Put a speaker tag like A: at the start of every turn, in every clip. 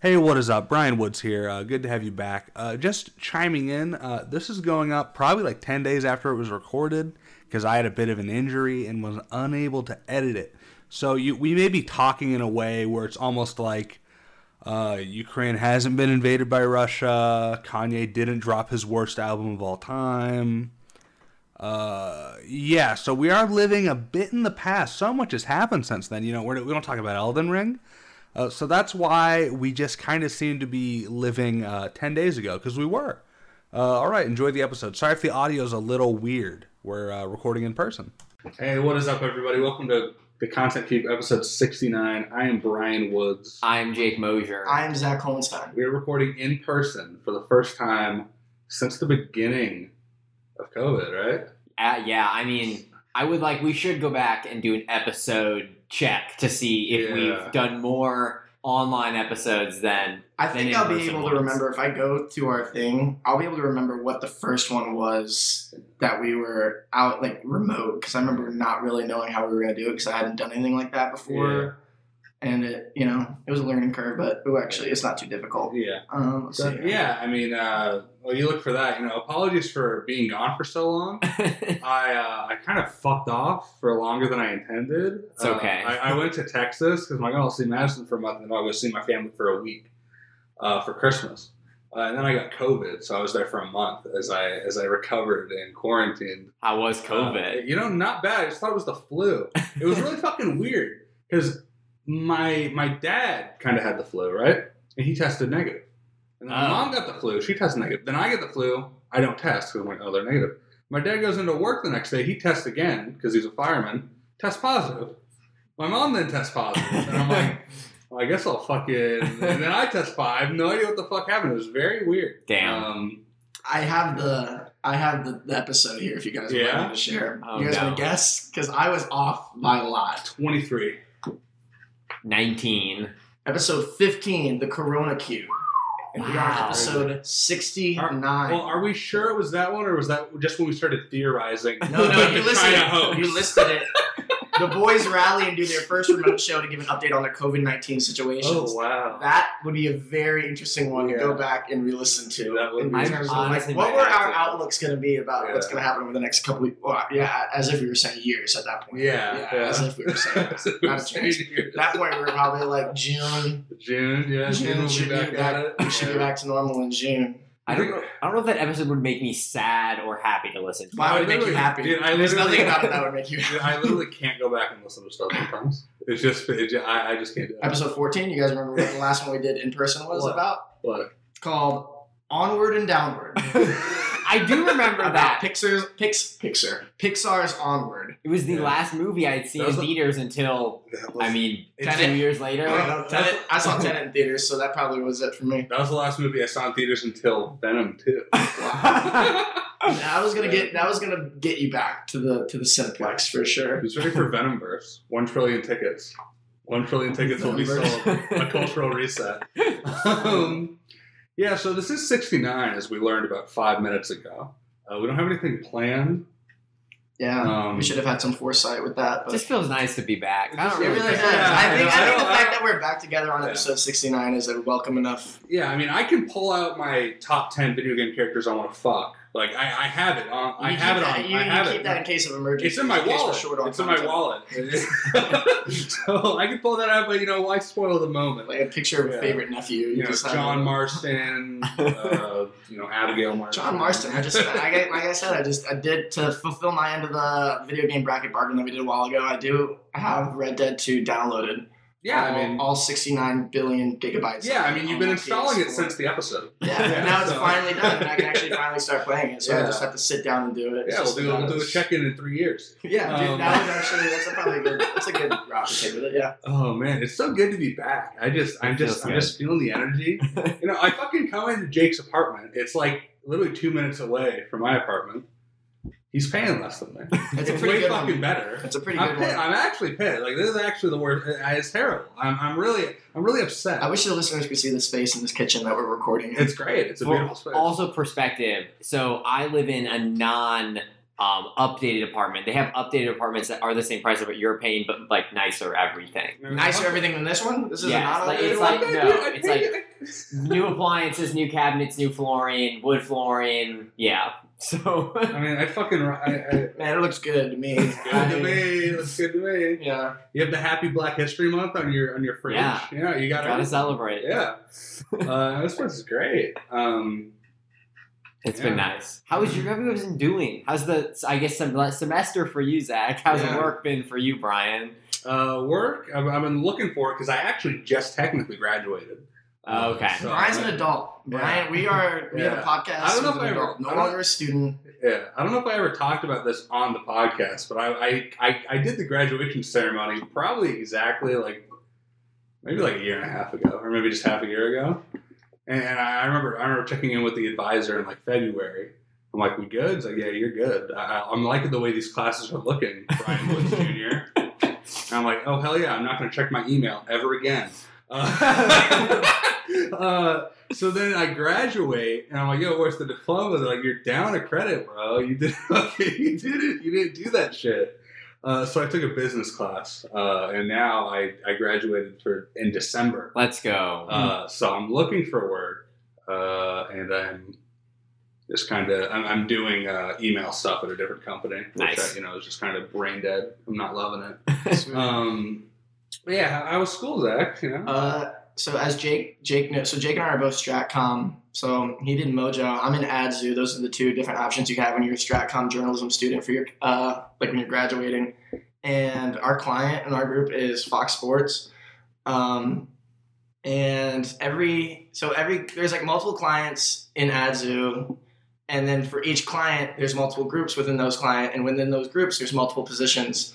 A: Hey, what is up? Brian Woods here. Uh, good to have you back. Uh, just chiming in, uh, this is going up probably like 10 days after it was recorded because I had a bit of an injury and was unable to edit it. So you, we may be talking in a way where it's almost like uh, Ukraine hasn't been invaded by Russia. Kanye didn't drop his worst album of all time. Uh, yeah, so we are living a bit in the past. So much has happened since then. You know, we're, we don't talk about Elden Ring. Uh, so that's why we just kind of seem to be living uh, 10 days ago, because we were. Uh, all right, enjoy the episode. Sorry if the audio is a little weird. We're uh, recording in person. Hey, what is up, everybody? Welcome to the Content Keep episode 69. I am Brian Woods.
B: I'm Jake Mosier.
C: I'm Zach Hollenstein.
A: We're recording in person for the first time since the beginning of COVID, right?
B: Uh, yeah, I mean, I would like we should go back and do an episode check to see if
A: Yeah.
B: we've done more online episodes than
C: I
B: Then
C: think I'll be
B: in-person
C: able
B: ones.
C: to remember if I go to our thing. I'll be able to remember what the first one was that we were out like remote because I remember not really knowing how we were gonna do it because I hadn't done anything like that before, and it you know it was a learning curve, but ooh, actually it's not too difficult.
A: Yeah.
C: Um, let's
A: So,
C: see.
A: yeah, I mean, uh, well, you look for that. You know, apologies for being gone for so long.
B: yeah,
A: I uh, I kind of fucked off for longer than I intended.
B: It's
A: Uh,
B: okay.
A: I, I went to Texas because I'm like, oh, I'll see Madison for a month, and then I'll go see my family for a week uh, for Christmas. Uh, and then I got COVID, so I was there for a month as I as I recovered and quarantined.
B: I was
A: Uh,
B: COVID.
A: you know, not bad. I just thought it was the flu. It was really fucking weird because my my dad kind of had the flu, right? And he tested negative. And then my
B: Oh.
A: mom got the flu. She tested negative. Then I get the flu. I don't test because I'm like, oh, they're negative. My dad goes into work the next day. He tests again because he's a fireman. Tests positive. My mom then tests positive, and I'm like, well, I guess I'll fucking. And then I test positive. I have no idea what the fuck happened. It was very weird.
B: Damn.
A: Um,
C: I have the I have the, the episode here if you guys
A: Yeah?
C: want me to share.
B: Oh,
C: you guys
B: no.
C: want to guess because I was off by a lot.
A: 23.
B: Nineteen.
C: Episode fifteen, the Corona Cube. And we are on
B: Wow.
C: episode sixty-nine.
A: Well, are we sure it was that one, or was that just when we started theorizing?
C: No, no, you
A: China
C: listed
A: hoax?
C: it. You listed it. The boys rally and do their first remote show to give an update on their COVID nineteen situations.
A: Oh wow!
C: That would be a very interesting one
A: Yeah.
C: to go back and re-listen to.
A: That would
C: in
A: be-
B: I'm
C: terms of like,
B: honestly
C: what
B: might
C: were
B: have
C: our
B: to.
C: outlooks going to be about what's
A: Yeah.
C: going to happen over the next couple? Of, well, yeah, as if we were saying years at that point.
A: Yeah, yeah.
C: as if we were saying. At Not a chance.
A: June,
C: that point, we were probably like June.
A: yeah, June
C: June
A: will be
C: should
A: back
C: be
A: at
C: back.
A: it.
C: We should be back to normal in June.
B: I don't. Know, I don't know if that episode would make me sad or happy to listen. to.
C: Why
A: I
C: would it make you
A: literally-
C: happy?
A: dude, I
C: There's
A: literally-
C: nothing about it that would make you.
A: Dude,
C: happy.
A: I literally can't go back and listen to stuff sometimes. It's just, it just I, I just can't do it.
C: Episode fourteen. You guys remember what the last one we did in person was
A: What?
C: about?
A: But
C: called Onward and Downward.
B: I do remember
C: about
B: that.
C: Pixar's Pix Pixar Pixar's Onward.
B: It was the
A: Yeah.
B: last movie I had seen
A: That was
B: in
A: a-
B: theaters until
A: that
B: I mean
C: Tenet.
B: two years later.
C: Uh,
A: Yeah.
C: Tenet- I saw Tenet in theaters, so that probably was it for me.
A: that was the last movie I saw in theaters until Venom Two.
B: Wow.
C: That was gonna get that was gonna get you back to the to the simplex for sure.
A: Who's ready for Venom Verse? One trillion tickets. One trillion tickets will be sold. a cultural reset. Um, yeah, so this is 69, as we learned about five minutes ago. Uh, we don't have anything planned.
C: Yeah,
A: Um,
C: Uh, we should have had some foresight with that.
B: It
C: But
B: just feels nice to be back. I
A: Just-
B: don't
C: it
B: really.
C: really does.
A: Yeah,
C: I think
A: I
C: I
A: don't-
C: think the
A: I
C: fact
A: don't-
C: that we're back together on
A: Yeah.
C: episome sixty nine is a welcome enough.
A: Yeah, I mean, I can pull out my top 10 video game characters I want to fuck. Like, I, I have it on. I
C: You
A: have it
C: keep that-
A: on.
C: You,
A: I
C: you
A: have
C: keep
A: it.
C: that in case of emergency.
A: It's in my
C: in case we're
A: wallet.
C: short on
A: It's in my
C: content.
A: wallet. so I can pull that out, but you know, why spoil the moment?
C: Like a picture of a
A: Yeah.
C: favorite nephew.
A: you know,
C: just have it.
A: John Marston, uh, you know, Abigail Marston.
C: John Marston. I just, I, get- like I said, I just, I did to fulfill my end of the video game bracket bargain that we did a while ago. I do have Red Dead 2 downloaded.
A: Yeah,
C: all,
A: I mean,
C: all 69 billion gigabytes.
A: yeah, I mean, you've been
C: on my
A: installing it
C: PS4.
A: since the episode.
C: Yeah,
A: Yeah,
C: now it's
A: so-
C: finally done, and I can actually finally start playing it. So I
A: Yeah.
C: just have to sit down and do it. It's
A: Yeah, we'll
C: just
A: do,
C: about
A: we'll do a
C: as-
A: check in in three years.
C: Yeah,
A: Um,
C: dude, now it's actually that's a probably good. That's a good route to take with it. Yeah,
A: Oh man, it's so good to be back. I just, I'm
B: It
A: just,
B: feels
A: I'm
B: good.
A: just feeling the energy. you know, I fucking come into Jake's apartment. It's like literally two minutes away from my apartment. He's paying less than me.
C: that's a
A: It's
C: pretty
A: way
C: good
A: fucking
C: one.
A: better.
C: That's a pretty
A: I'm,
C: good
A: pissed.
C: one.
A: I'm actually pissed. Like this is actually the worst. It's terrible. I'm, I'm really, I'm really upset.
C: I wish the listeners could see the space in this kitchen that we're recording in.
A: it's great. It's a
B: Well,
A: beautiful space.
B: also perspective. So I live in a non um, updated apartment. They have updated apartments that are the same price of what you're paying, but like nicer everything.
C: Nicer everything than this one. This is
B: Yeah,
C: not
B: like-
C: a-
B: it's like- no, it's like- new appliances, new cabinets, new flooring, wood flooring. Yeah. So
A: I mean, I fucking. I, I,
C: man, it looks good to me.
A: Good to me. That's good to me.
C: yeah,
A: You have the Happy Black History Month on your on your fridge.
B: Yeah.
A: you got
B: gotta
A: it.
B: celebrate.
A: Yeah, uh, this place is great. Um,
B: It's
A: Yeah.
B: been nice. How is your everyone's been doing? How's the I guess sem- semester for you, Zach? How's
A: Yeah.
B: work been for you, Brian?
A: uh, work. I've, I've been looking for it because I actually just technically graduated.
B: Okay.
A: Oh, so-
C: Brian's an adult. Brian, we are. We have a
A: Yeah.
C: podcast.
A: I don't know
C: with
A: if
C: an
A: I ever-
C: adult.
A: I
C: No
A: don't-
C: longer a student.
A: Yeah, I don't know if I ever talked about this on the podcast, but I I, I, I did the graduation ceremony probably exactly like maybe like a year and a half ago, or maybe just half a year ago. And, and I remember I remember checking in with the advisor in like February. I'm like, "We good?" He's like, "Yeah, you're good." I, I- I'm liking the way these classes are looking, Brian Woods Jr. And I'm like, "Oh hell yeah! I'm not going to check my email ever again." Uh, uh, so then I graduate, and I'm like, "Yo, where's the diploma?" They're like, "You're down a credit, bro. You did, okay, you did it. You didn't do that shit." Uh, so I took a business class, uh, and now I, I graduated for in December.
B: Let's go.
A: Uh, so I'm looking for work, uh, and I'm just kind of I'm, I'm doing uh, email stuff at a different company.
B: Nice.
A: I, you know, is just kind of brain dead. I'm not loving it.
C: Sweet.
A: Um, but yeah, how, how was school, Zach? You know,
C: Uh, so as Jake, Jake, kno- so Jake and I are both StratCom. So he did Mojo. I'm in AdZoo. Those are the two different options you have when you're a StratCom journalism student for your, uh, like when you're graduating. And our client and our group is Fox Sports. Um, and every so every there's like multiple clients in AdZoo, and then for each client there's multiple groups within those client, and within those groups there's multiple positions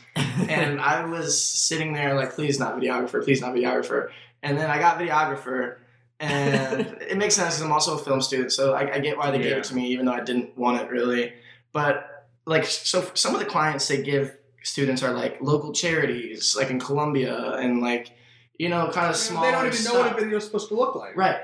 C: and I was sitting there like, please not videographer, please not videographer. And then I got videographer, and it makes sense because I'm also a film student, so I, I get why they gave
A: Yeah.
C: it to me, even though I didn't want it really. But like, so f- some of the clients they give students are like local charities, like in Colombia, and like you know, kind of small.
A: they don't even know what a
C: stuff.
A: video is supposed to look like.
C: Right.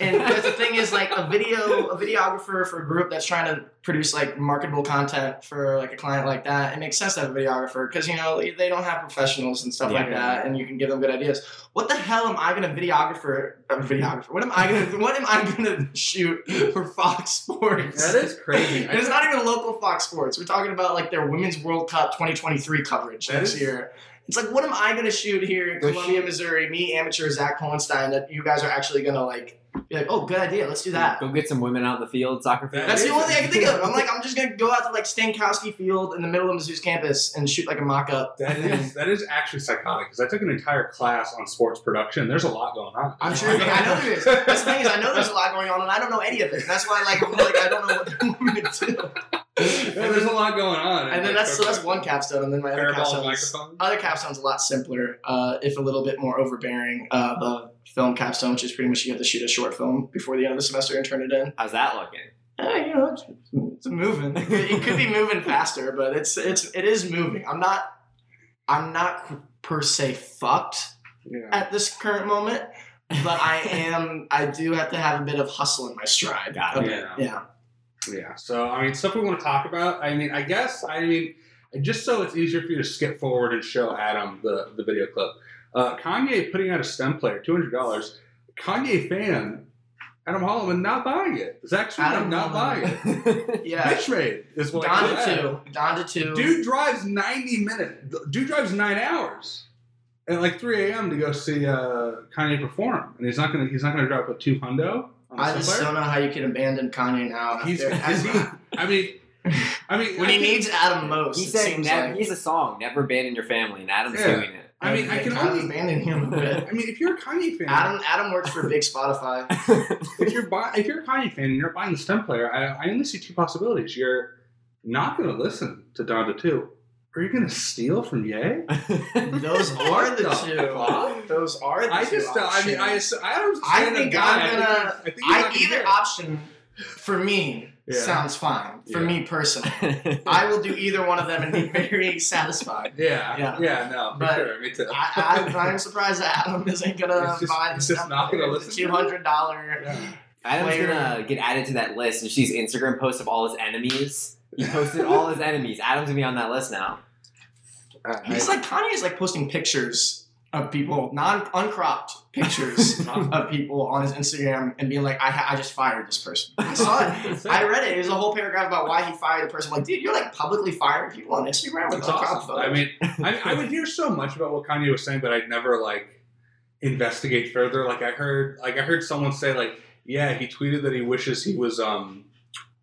C: And but the thing is, like a video, a videographer for a group that's trying to produce like marketable content for like a client like that, it makes sense to have a videographer because you know they don't have professionals and stuff like
B: Yeah.
C: that, and you can give them good ideas. What the hell am I gonna videographer? Uh, videographer? What am I gonna? What am I gonna shoot for Fox Sports?
A: That is crazy.
C: And it's not even local Fox Sports. We're talking about like their Women's World Cup 2023 coverage
A: That
C: next
A: is-
C: year. It's like, what am I going to shoot here in
B: Was
C: Columbia,
B: she-
C: Missouri? Me, amateur Zach Hohenstein, that you guys are actually going to like be like, oh, good idea. Let's do that.
B: Go get some women out in the field, soccer field.
C: That's the only thing I can think of. I'm like, I'm just going to go out to like Stankowski Field in the middle of Mizzou's campus and shoot like a mock up.
A: That is that is actually psychotic because I took an entire class on sports production. There's a lot going on.
C: I'm sure. I know there is. That's the thing is, I know there's a lot going on, and I don't know any of it. And that's why, like, I'm like, I don't know what they're moving to.
A: Yeah, there's a lot going on.
C: And then
A: like,
C: that's so that's
A: they're-
C: one capstone, and then my other
A: Fireball
C: capstone is
A: microphone.
C: other capstone's a lot simpler, uh, if a little bit more overbearing. Uh, the film capstone, which is pretty much you have to shoot a short film before the end of the semester and turn it in.
B: How's that looking?
C: Uh, you know, it's, it's moving. It could, it could be moving faster, but it's it's it is moving. I'm not I'm not per se fucked
A: Yeah.
C: at this current moment, but I am. I do have to have a bit of hustle in my stride.
B: Got
A: it.
C: Okay,
A: Yeah.
C: yeah.
A: yeah. So I mean, stuff we want to talk about. I mean, I guess I mean just so it's easier for you to skip forward and show Adam the the video clip. Uh, Kanye putting out a stem player, two hundred dollars. Kanye fan Adam Holloman not buying it. Zach Sweet
C: Adam
A: not
C: Holloman.
A: buying it.
C: yeah.
A: Bitch made is what.
C: Don
A: it said.
C: to two. Don to two.
A: Dude drives 90 minutes. Dude drives nine hours at like 3 a.m. to go see uh, Kanye perform, and he's not gonna he's not gonna drop a two hundo. On
C: I
A: some
C: just
A: player.
C: don't know how you can abandon Kanye now.
A: He's,
C: after-
A: is he, I mean, I mean,
C: when
A: I
C: he
A: can-
C: needs Adam most,
B: he
C: it
B: said
C: seems
B: nev-
C: like.
B: he's a song, never abandon your family, and Adam's
A: Yeah.
B: doing it.
A: I mean, I can
C: Adam
A: only.
C: abandon him a bit.
A: I mean, if you're a Kanye fan,
C: Adam Adam works for big Spotify.
A: if you're buy, if you're a Kanye fan and you're buying the stem player, I, I only see two possibilities. You're not gonna listen to Donda two, or you're gonna steal from Ye.
C: Those are the
A: What the
C: two.
A: fuck?
C: Those are the
A: I
C: two
A: just, don't- I mean, I,
C: options.
A: assu- I don't.
C: Oh, I
A: understand a
C: think
A: guy.
C: I'm gonna-
A: I think he's
C: I-
A: not gonna
C: either
A: care.
C: option for me
A: Yeah.
C: sounds fine for
A: Yeah.
C: me personally. I will do either one of them and be very satisfied.
A: Yeah,
C: Yeah.
A: yeah, no, for
C: But
A: sure. Me too.
C: I, I, I'm surprised that Adam isn't gonna
A: It's just-
C: buy
A: it's
C: this.
A: just not gonna listen to it?
C: Two hundred dollar.
A: Yeah.
B: Adam's
C: player-
B: gonna get added to that list, and she's Instagram posts of all his enemies. He posted all his enemies. Adam's gonna be on that list now.
C: He's like Kanye's like posting pictures of people, non uncropped pictures of people on his Instagram and being like, I ha- I just fired this person. I saw it. I read it. It was a whole paragraph about why he fired the person. I'm like, dude, you're like publicly firing people on Instagram with
A: That's
C: uncropped
A: awesome.
C: photos.
A: I mean, I, I would hear so much about what Kanye was saying, but I'd never like investigate further. Like I heard, like I heard someone say, like, yeah, he tweeted that he wishes he was um,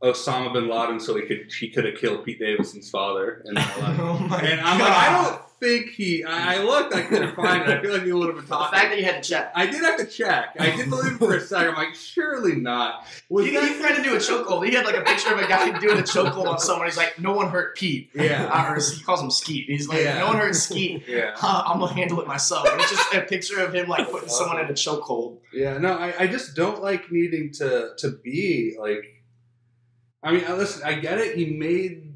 A: Osama bin Laden, so he could he could have killed Pete Davidson's father. And, all that.
C: oh my
A: and I'm like, I
C: God.
A: don't think he. I, I looked, I couldn't find it. I feel like he would have been
C: The
A: talking.
C: fact that you had to check.
A: I did have to check. I did believe for a second. I'm like, surely not. Was
C: He,
A: that-
C: he tried to do a chokehold. He had like a picture of a guy doing a chokehold on someone. He's like, no one hurt Pete.
A: Yeah.
C: Uh, or he calls him Skeet. He's like,
A: Yeah.
C: no one hurt Skeet.
A: Yeah.
C: Huh, I'm gonna handle it myself. And it's just a picture of him like putting someone in a chokehold.
A: Yeah, no, I, I just don't like needing to to be like. I mean, I- listen, I get it. He made,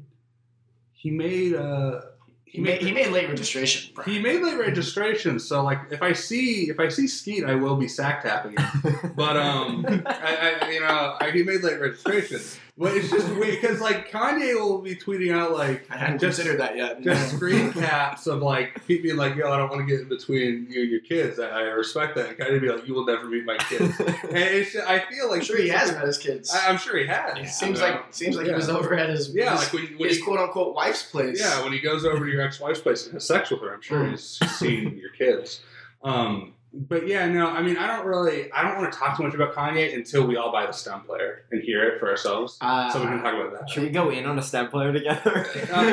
A: he made, uh,
C: He made, he made late registration. Bro.
A: he made late registration. So like, if I see if I see Skeet, I will be sack tapping him. But um, I, I you know, I, he made late registration. But it's just weird because like Kanye will be tweeting out like
C: I hadn't
A: just
C: considered that yet.
A: just screen caps of like Pete being like, "Yo, I don't want to get in between you and your kids. I, I respect that." And Kanye be like, "You will never meet my kids." and it's, I feel like
C: I'm sure he has met his kids.
A: I, I'm sure he has.
C: it seems
A: you know?
C: like seems like
A: Yeah.
C: he was over at his
A: yeah,
C: his,
A: like when, when
C: his
A: he,
C: quote unquote wife's place.
A: yeah when he goes over to your ex-wife's place and has sex with her. I'm sure
C: Mm.
A: he's seen your kids. Um, but yeah, no, I mean, I don't really, I don't want to talk too much about Kanye until we all buy the stem player and hear it for ourselves,
C: Uh,
A: so we can talk about that.
B: Should we go in on a stem player together?
A: Um,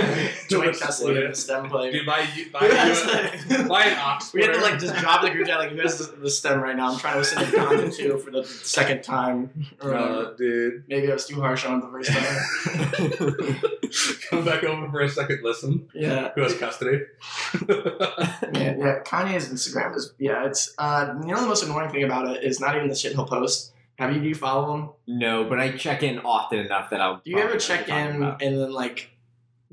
C: joint
A: Let's
C: custody
A: split
C: of the STEM
A: it.
C: player.
A: Dude, buy you, buy, you,
C: Yes.
A: buy an ox.
C: We had to like just drop the group chat like who has the, the STEM right now. I'm trying to listen to Condon two for the second time. Or
A: Uh, dude,
C: maybe I was too harsh on it the first time.
A: come back over for a second listen.
C: yeah.
A: Who has custody?
C: Yeah, yeah, Kanye's Instagram is yeah. It's uh, you know the most annoying thing about it is not even the shit he'll post. Have you do you follow him?
B: no, but I check in often enough that I'll.
C: Do you ever
B: probably know what
C: check
B: you're talking
C: in
B: about.
C: and then like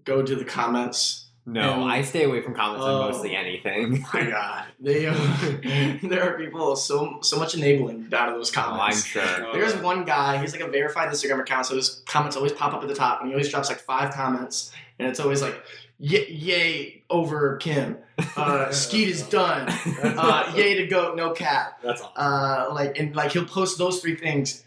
C: go to the comments?
B: No,
C: and-
B: I stay away from comments
C: Oh.
B: on mostly anything.
C: My God, they uh, there are people so so much enabling down in those
B: Oh, I'm
C: comments.
B: sure.
C: There's
A: Oh,
C: one guy. He's like a verified Instagram account, so his comments always pop up at the top, and he always drops like five comments, and it's always like, "Ye- "Yay over Kim," uh, "Skeet is done,"
A: That's
C: uh, "Yay to goat, no cap."
A: That's awesome.
C: uh, like and like he'll post those three things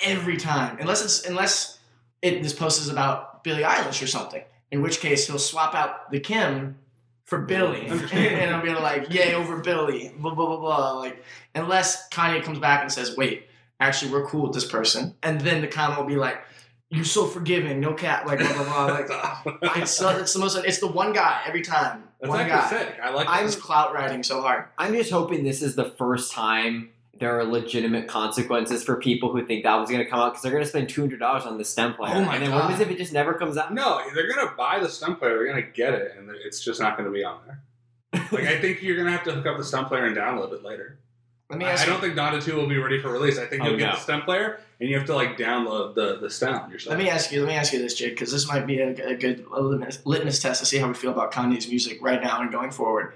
C: every time, unless it's unless it this post is about Billie Eilish or something. In which case he'll swap out the Kim for Billy, and I'll be like, "Yay over Billy!" Blah blah blah blah. Like unless Kanye comes back and says, "Wait, actually we're cool with this person," and then the comment will be like. You're so forgiving, no cat, like blah blah blah. Like, it's, so- it's the most. It's the one guy every time.
A: That's
C: one
A: actually
C: guy.
A: sick. I like
C: I'm
A: this.
C: clout riding so hard.
B: I'm just hoping this is the first time there are legitimate consequences for people who think that was going to come out because they're going to spend two hundred dollars on the stem player.
C: Oh my
B: and then what
C: God.
B: happens if it just never comes out?
A: No, they're gonna buy the stump player. They're gonna get it, and it's just not gonna be on there. Like I think you're gonna have to hook up the stump player and download it later.
C: Let me
A: I,
C: ask
A: I
C: you.
A: don't think Dota Two will be ready for release. I think
B: Oh,
A: you'll
B: no.
A: get the stump player, and you have to like download the the stem yourself.
C: Let me ask you. Let me ask you this, Jake, because this might be a, a good litmus, litmus test to see how we feel about Kanye's music right now and going forward.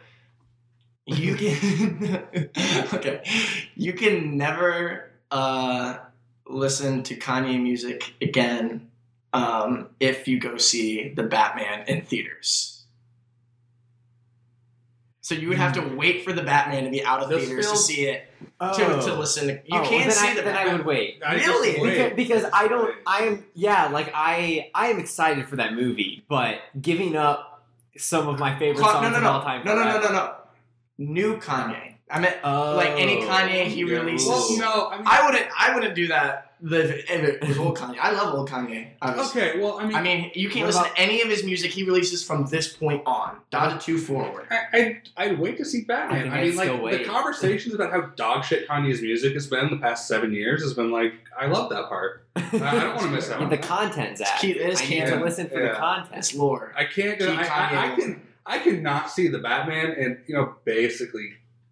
C: You can okay. You can never uh, listen to Kanye music again um, if you go see the Batman in theaters. So you would have
B: Hmm.
C: to wait for the Batman to be out of
A: This
C: theaters
A: feels-
C: to see it
A: Oh.
C: to, to listen. To, you
B: Oh, well,
C: can't
B: then
C: see
B: I,
C: the
B: then
C: Batman.
B: I would wait.
A: I just
C: Really?
A: wait.
B: Because, because I don't,
A: Wait.
B: I am, yeah, like I, I am excited for that movie, but giving up some of my favorite
C: Con-
B: songs
C: no, no,
B: of
C: no.
B: all time.
C: No,
B: for
C: no,
B: that.
C: no, no, no. New Kanye. I meant
B: Oh.
C: like any Kanye he
A: Yeah.
C: releases.
A: Well, no, I mean,
C: I wouldn't. I wouldn't do that. If if it was old Kanye. I love old Kanye. Obviously.
A: okay. Well, I mean,
C: I mean, you can't
B: What
C: listen
B: about-
C: to any of his music he releases from this point on. Dada two forward.
A: I, I I'd wait to see
B: I
A: Batman.
B: think
A: I,
B: I'd
A: mean, like
B: still wait.
A: the conversations about how dog shit Kanye's music has been the past seven years has been like, I love that part. I, I don't want to miss that.
B: With
A: one.
B: the content's
C: It's
B: out.
C: cute. It is
B: I need
C: cute.
B: to listen for
A: Yeah.
B: the content.
C: That's lore.
A: I can't.
C: Keep
A: do I, I, I
C: Kanye
A: can. I could not see the Batman and you know basically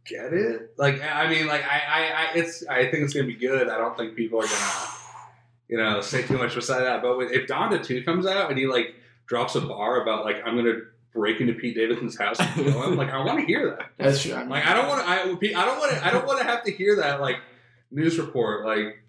A: get it. Like I I mean, like I, I, I it's I think it's gonna be good. I don't think people are gonna you know say too much beside that. But when, if Donda Two comes out and he like drops a bar about like I'm gonna break into Pete Davidson's house and kill him, like I want to hear that.
C: That's true. I'm
A: Like I don't want to. I I don't want to. I don't want to have to hear that like news report like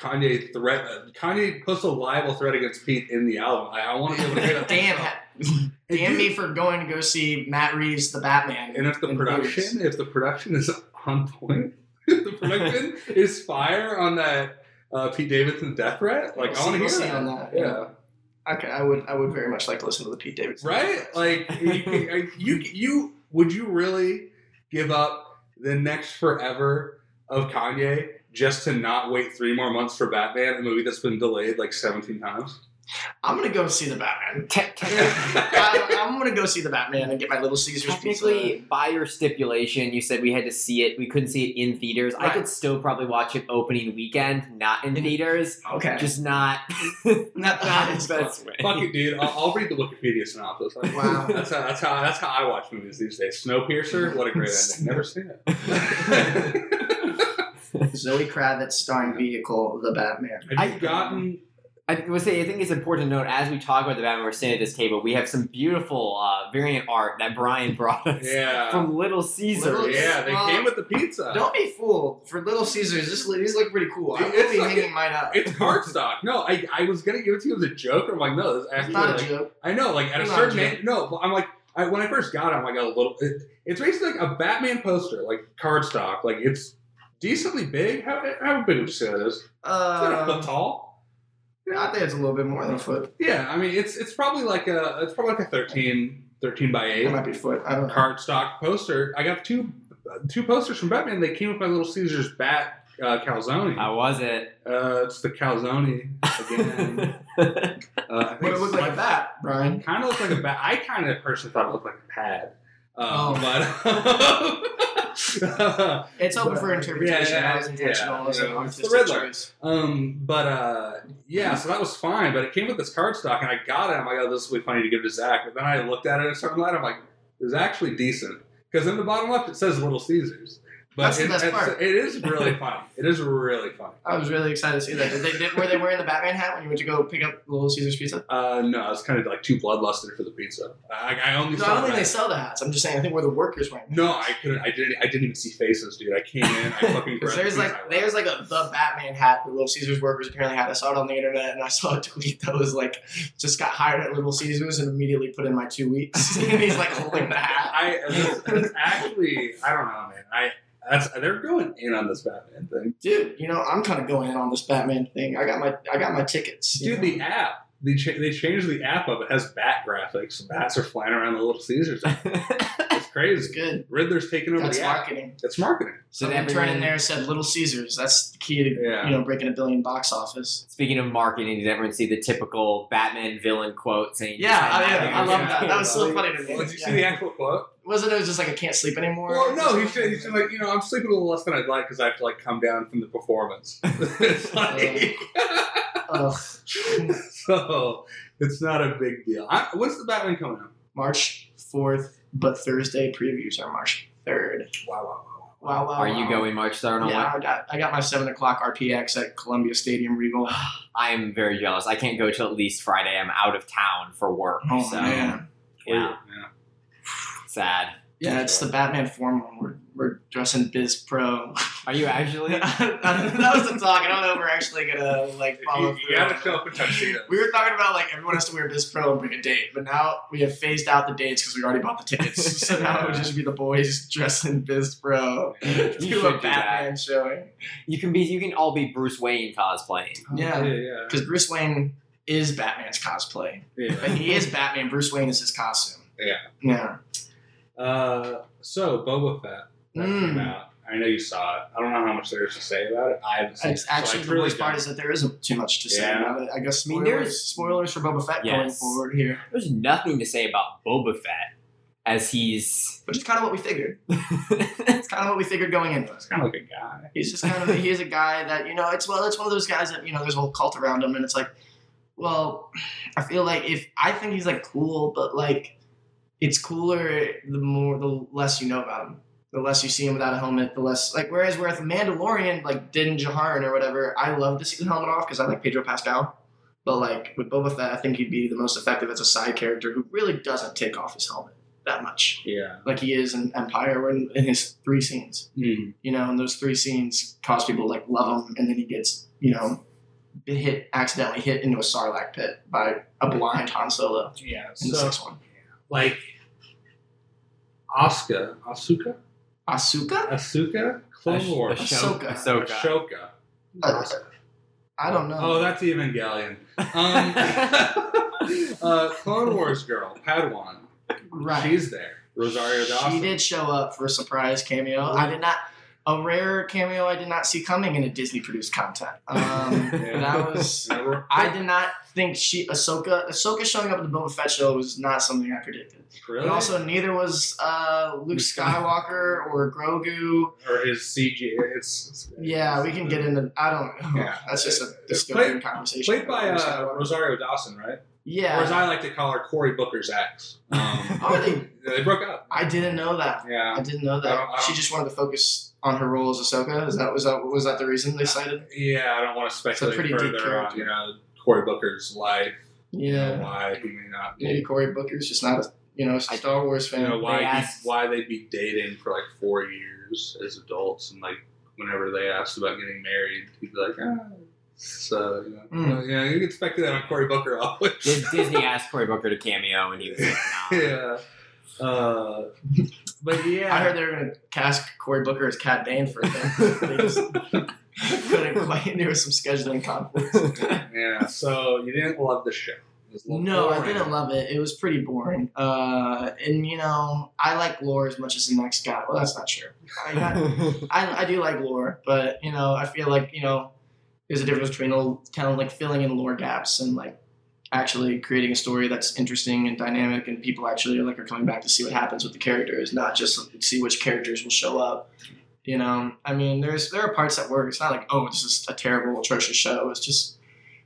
A: Kanye threat. uh, Kanye puts a libel threat against Pete in the album. I, I want to be able to hear that.
C: Damn
A: stuff.
C: it.
A: And
C: Damn
A: dude,
C: me for going to go see Matt Reeves, the Batman.
A: And if the
C: in theaters.
A: production, if the production is on point, if the production is fire on that uh, Pete Davidson death threat, like
C: We'll
A: I want to hear
C: see- we'll see
A: that.
C: on that, yeah.
A: Yeah,
C: Okay, I would I would very much like to listen to the Pete Davidson.
A: right. Like you, can- uh, you, you would you really give up the next forever of Kanye just to not wait three more months for Batman, a movie that's been delayed like seventeen times?
C: I'm gonna go see the Batman.
B: Te- te-
A: yeah,
C: I, I'm gonna go see the Batman and get my Little Caesars
B: Technically,
C: pizza.
B: by your stipulation, you said we had to see it. We couldn't see it in theaters. I could still probably watch it opening weekend, not in theaters.
C: Okay,
B: Just not.
C: not
B: not
C: that
B: his
C: is
B: best way.
A: Fuck it, dude. I'll, I'll read the Wikipedia synopsis. Like,
C: Wow.
A: that's how that's how that's how I watch movies these days. Snowpiercer, what a great ending. Never seen it. Have
C: Zoe Kravitz starring vehicle the Batman.
A: you
B: I-
A: gotten?
B: I would say I think it's important to note as we talk about the Batman, we're sitting at this table. We have some beautiful uh, variant art that Brian brought us
A: Yeah,
B: from Little Caesar.
C: Little-
A: yeah. They
C: Uh,
A: came with the pizza.
C: Don't be fooled. For Little Caesars, this these look pretty cool.
A: Dude,
C: I'm
A: it's
C: be
A: like-
C: hanging mine up.
A: It's cardstock. No, I, I was gonna give it to you as a joke. I'm like, no, this is
C: It's
A: actually.
C: not a
A: like-
C: joke.
A: I know, like at a
C: Not a
A: certain
C: joke.
A: age- no, but I'm like, I, when I first got it, I'm like a little. It, it's basically like a Batman poster, like cardstock. Like it's decently big. How how big would you say that is? It's like a foot
C: Uh,
A: tall.
C: I think it's a little bit more than a foot.
A: Yeah, I mean it's it's probably like a it's probably like a 13, 13 by
C: It
A: eight
C: might be foot. I don't know.
A: cardstock poster. I got two two posters from Batman. They came with my Little Caesars bat uh, calzone.
B: How was it?
A: Uh, it's the calzone again. uh,
C: What it look like a bat, Brian?
A: Kind of looked like a bat. I kind of personally thought it looked like a pad. Uh,
C: Oh.
A: But um,
C: It's open for interpretation.
A: Yeah,
C: that was intentional.
A: yeah,
C: it was an
A: yeah.
C: artistic
A: It's the Riddler.
C: choice.
A: Um, but uh, yeah, so that was fine. But it came with this cardstock, and I got it. I'm like, oh, this will be funny to give to Zach. But then I looked at it in a certain light. I'm like, it's actually decent because in the bottom left it says Little Caesars. But
C: That's the
A: it,
C: best
A: it's-
C: part.
A: it is really funny. It is really funny.
C: I was really excited to see that. Did they, did, were they wearing the Batman hat when you went to go pick up Little Caesars pizza?
A: Uh, no, I was kind of like too bloodlusted for the pizza. I, I only
C: No,
A: saw
C: I don't think they
A: that.
C: sell the hats. I'm just saying. I think where the workers wearing.
A: No, I couldn't. I didn't. I didn't even see faces, dude. I came in. I fucking.
C: Because
A: grabbed
C: there's
A: the pizza,
C: like
A: I
C: there's like a the Batman hat that Little Caesars workers apparently had. I saw it on the internet and I saw a tweet that was like, just got hired at Little Caesars and immediately put in my two weeks. and he's like holding the hat.
A: I that's, that's actually I don't know, man. I that's they're going in on this Batman thing,
C: Dude, you know I'm kind of going in on this Batman thing. I got my I got my tickets. you
A: dude.
C: know?
A: The app they cha- they changed the app up. It has bat graphics. Bats are flying around the Little Caesars. it's
C: it's
A: crazy.
C: good.
A: Riddler's taking over
C: That's
A: the app.
C: marketing.
A: It's marketing.
C: So
B: Did
C: they turn in
B: everyone-
C: there and said Little Caesars. That's the key to
A: Yeah.
C: you know breaking a billion box office.
B: Speaking of marketing, did everyone see the typical Batman villain quote saying?
C: Yeah, I,
A: yeah,
C: I love
A: yeah.
C: that. That was so funny to me.
A: Well, did you
C: Yeah.
A: see the actual quote?
C: Wasn't it was just like I can't sleep anymore?
A: Well, no, he said, he said like you know I'm sleeping a little less than I'd like because I have to like come down from the performance. it's like,
C: Ugh.
A: so it's not a big deal. I, when's the Batman coming out?
C: March fourth, but Thursday previews are March third.
A: Wow, wow, wow.
C: Wow, wow.
B: Are you
C: wow.
B: going March third? on
C: Yeah,
B: what?
C: I got I got my seven o'clock RPX at Columbia Stadium Regal.
B: Oh, I am very jealous. I can't go till at least Friday. I'm out of town for work.
C: Oh,
B: so yeah, sad.
C: Yeah, it's the Batman formal. We're we're dressing Biz Pro.
B: Are you actually?
C: that was the talk. I don't know if we're actually gonna like
A: If
C: follow
A: you, you gotta show
C: through.
A: up in tuxedo.
C: We were talking about like everyone has to wear Biz Pro and bring a date, but now we have phased out the dates because we already bought the tickets. so now it would just be the boys dressing Biz Pro
A: yeah,
B: You
C: to
B: should
C: a
B: do that.
C: Batman showing.
B: You can be. You can all be Bruce Wayne cosplaying.
A: yeah,
C: Yeah,
A: yeah.
C: because Bruce Wayne is Batman's cosplay. But
A: yeah.
C: he is Batman. Bruce Wayne is his costume.
A: Yeah.
C: Yeah.
A: Uh, so Boba Fett that came
C: Mm.
A: out. I know you saw it. I don't know how much there is to say about it. I haven't seen
C: It's
A: it.
C: actually
A: so I
C: the
A: truly
C: worst part
A: don't.
C: is that there isn't too much to say
A: Yeah.
C: about it. I guess
B: I mean,
C: spoilers,
B: there's-
C: spoilers for Boba Fett going
B: Yes.
C: forward here,
B: There's nothing to say about Boba Fett, as he's.
C: which is kind of what we figured. It's kind of what we figured going into this.
A: it's kind of like a guy.
C: He's just kind of he is a guy that you know it's well it's one of those guys that you know there's a whole cult around him and it's like, well, I feel like if I think he's like cool, but like it's cooler the more the less you know about him. The less you see him without a helmet, the less like. Whereas, whereas the Mandalorian, like Din Djarin or whatever, I love to see the helmet off because I like Pedro Pascal. But like with Boba Fett, I think he'd be the most effective as a side character who really doesn't take off his helmet. that much
A: Yeah.
C: like he is in Empire when in his three scenes.
A: Hmm.
C: You know, and those three scenes cause people to, like love him, and then he gets you know bit hit accidentally hit into a sarlacc pit by a blind Han Solo
A: Yeah.
C: in the
A: So
C: sixth one.
A: like Asuka, Asuka,
C: Asuka?
A: Asuka, Clone
B: Ash-
A: Wars,
B: Ashoka.
C: Ahsoka.
B: Ahsoka.
A: Ashoka.
C: Uh, I don't know.
A: Oh, that's Evangelion. Um, uh, Clone Wars girl, Padawan.
C: right.
A: She's there. Rosario Dawson.
C: She did show up for a surprise cameo. I did not a rare cameo I did not see coming in a Disney produced content. Um, That was
A: Remember?
C: I did not think she Ahsoka Ahsoka showing up in the Boba Fett show was not something I predicted.
A: Really?
C: And also neither was uh, Luke
A: Luke
C: Skywalker or Grogu.
A: or is CG? It's, it's-
C: Yeah, we can get into I don't know.
A: Yeah.
C: That's just a
A: It's
C: dystopian conversation.
A: Played by
C: Luke
A: uh,
C: Skywalker.
A: Rosario Dawson, right? Or as
C: Yeah.
A: I like to call her, Cory Booker's ex. Um,
C: Oh, they,
A: they broke up.
C: I didn't know that. I
A: Yeah.
C: didn't know
A: I
C: that.
A: don't- I don't-
C: She just wanted to focus on her role as Ahsoka. Is that was that was that the reason they cited?
A: Yeah, I don't want to speculate
C: pretty deep
A: further on,
C: character.
A: you know, Cory Booker's life, you know,
C: Yeah.
A: why he may not be
C: Maybe Cory Booker's just not a you know Star Wars fan.
A: you know why
B: They
A: he-
B: asked-
A: why they'd be dating for like four years as adults and like whenever they asked about getting married he'd be like ah. so you know,
C: Mm.
A: yeah you can speculate on Cory Booker always
B: Dis- Disney asked Cory Booker to cameo, and he was like, nah.
A: yeah uh, but yeah
C: I heard they were gonna cast Cory Booker as Cat Bane for a bit. they just couldn't quite. There was some scheduling conflict.
A: yeah so you didn't love the show It was a little
C: No, I
A: boring.
C: didn't love it. It was pretty boring. Uh, and you know, I like lore as much as the next guy. Well, that's not true. I, got- I, I do like lore, but you know, I feel like you know, there's a difference between kind of like filling in lore gaps and like actually creating a story that's interesting and dynamic, and people actually like are coming back to see what happens with the characters, not just see which characters will show up. You know, I mean, there's there are parts that work. It's not like oh, this is a terrible, atrocious show. It's just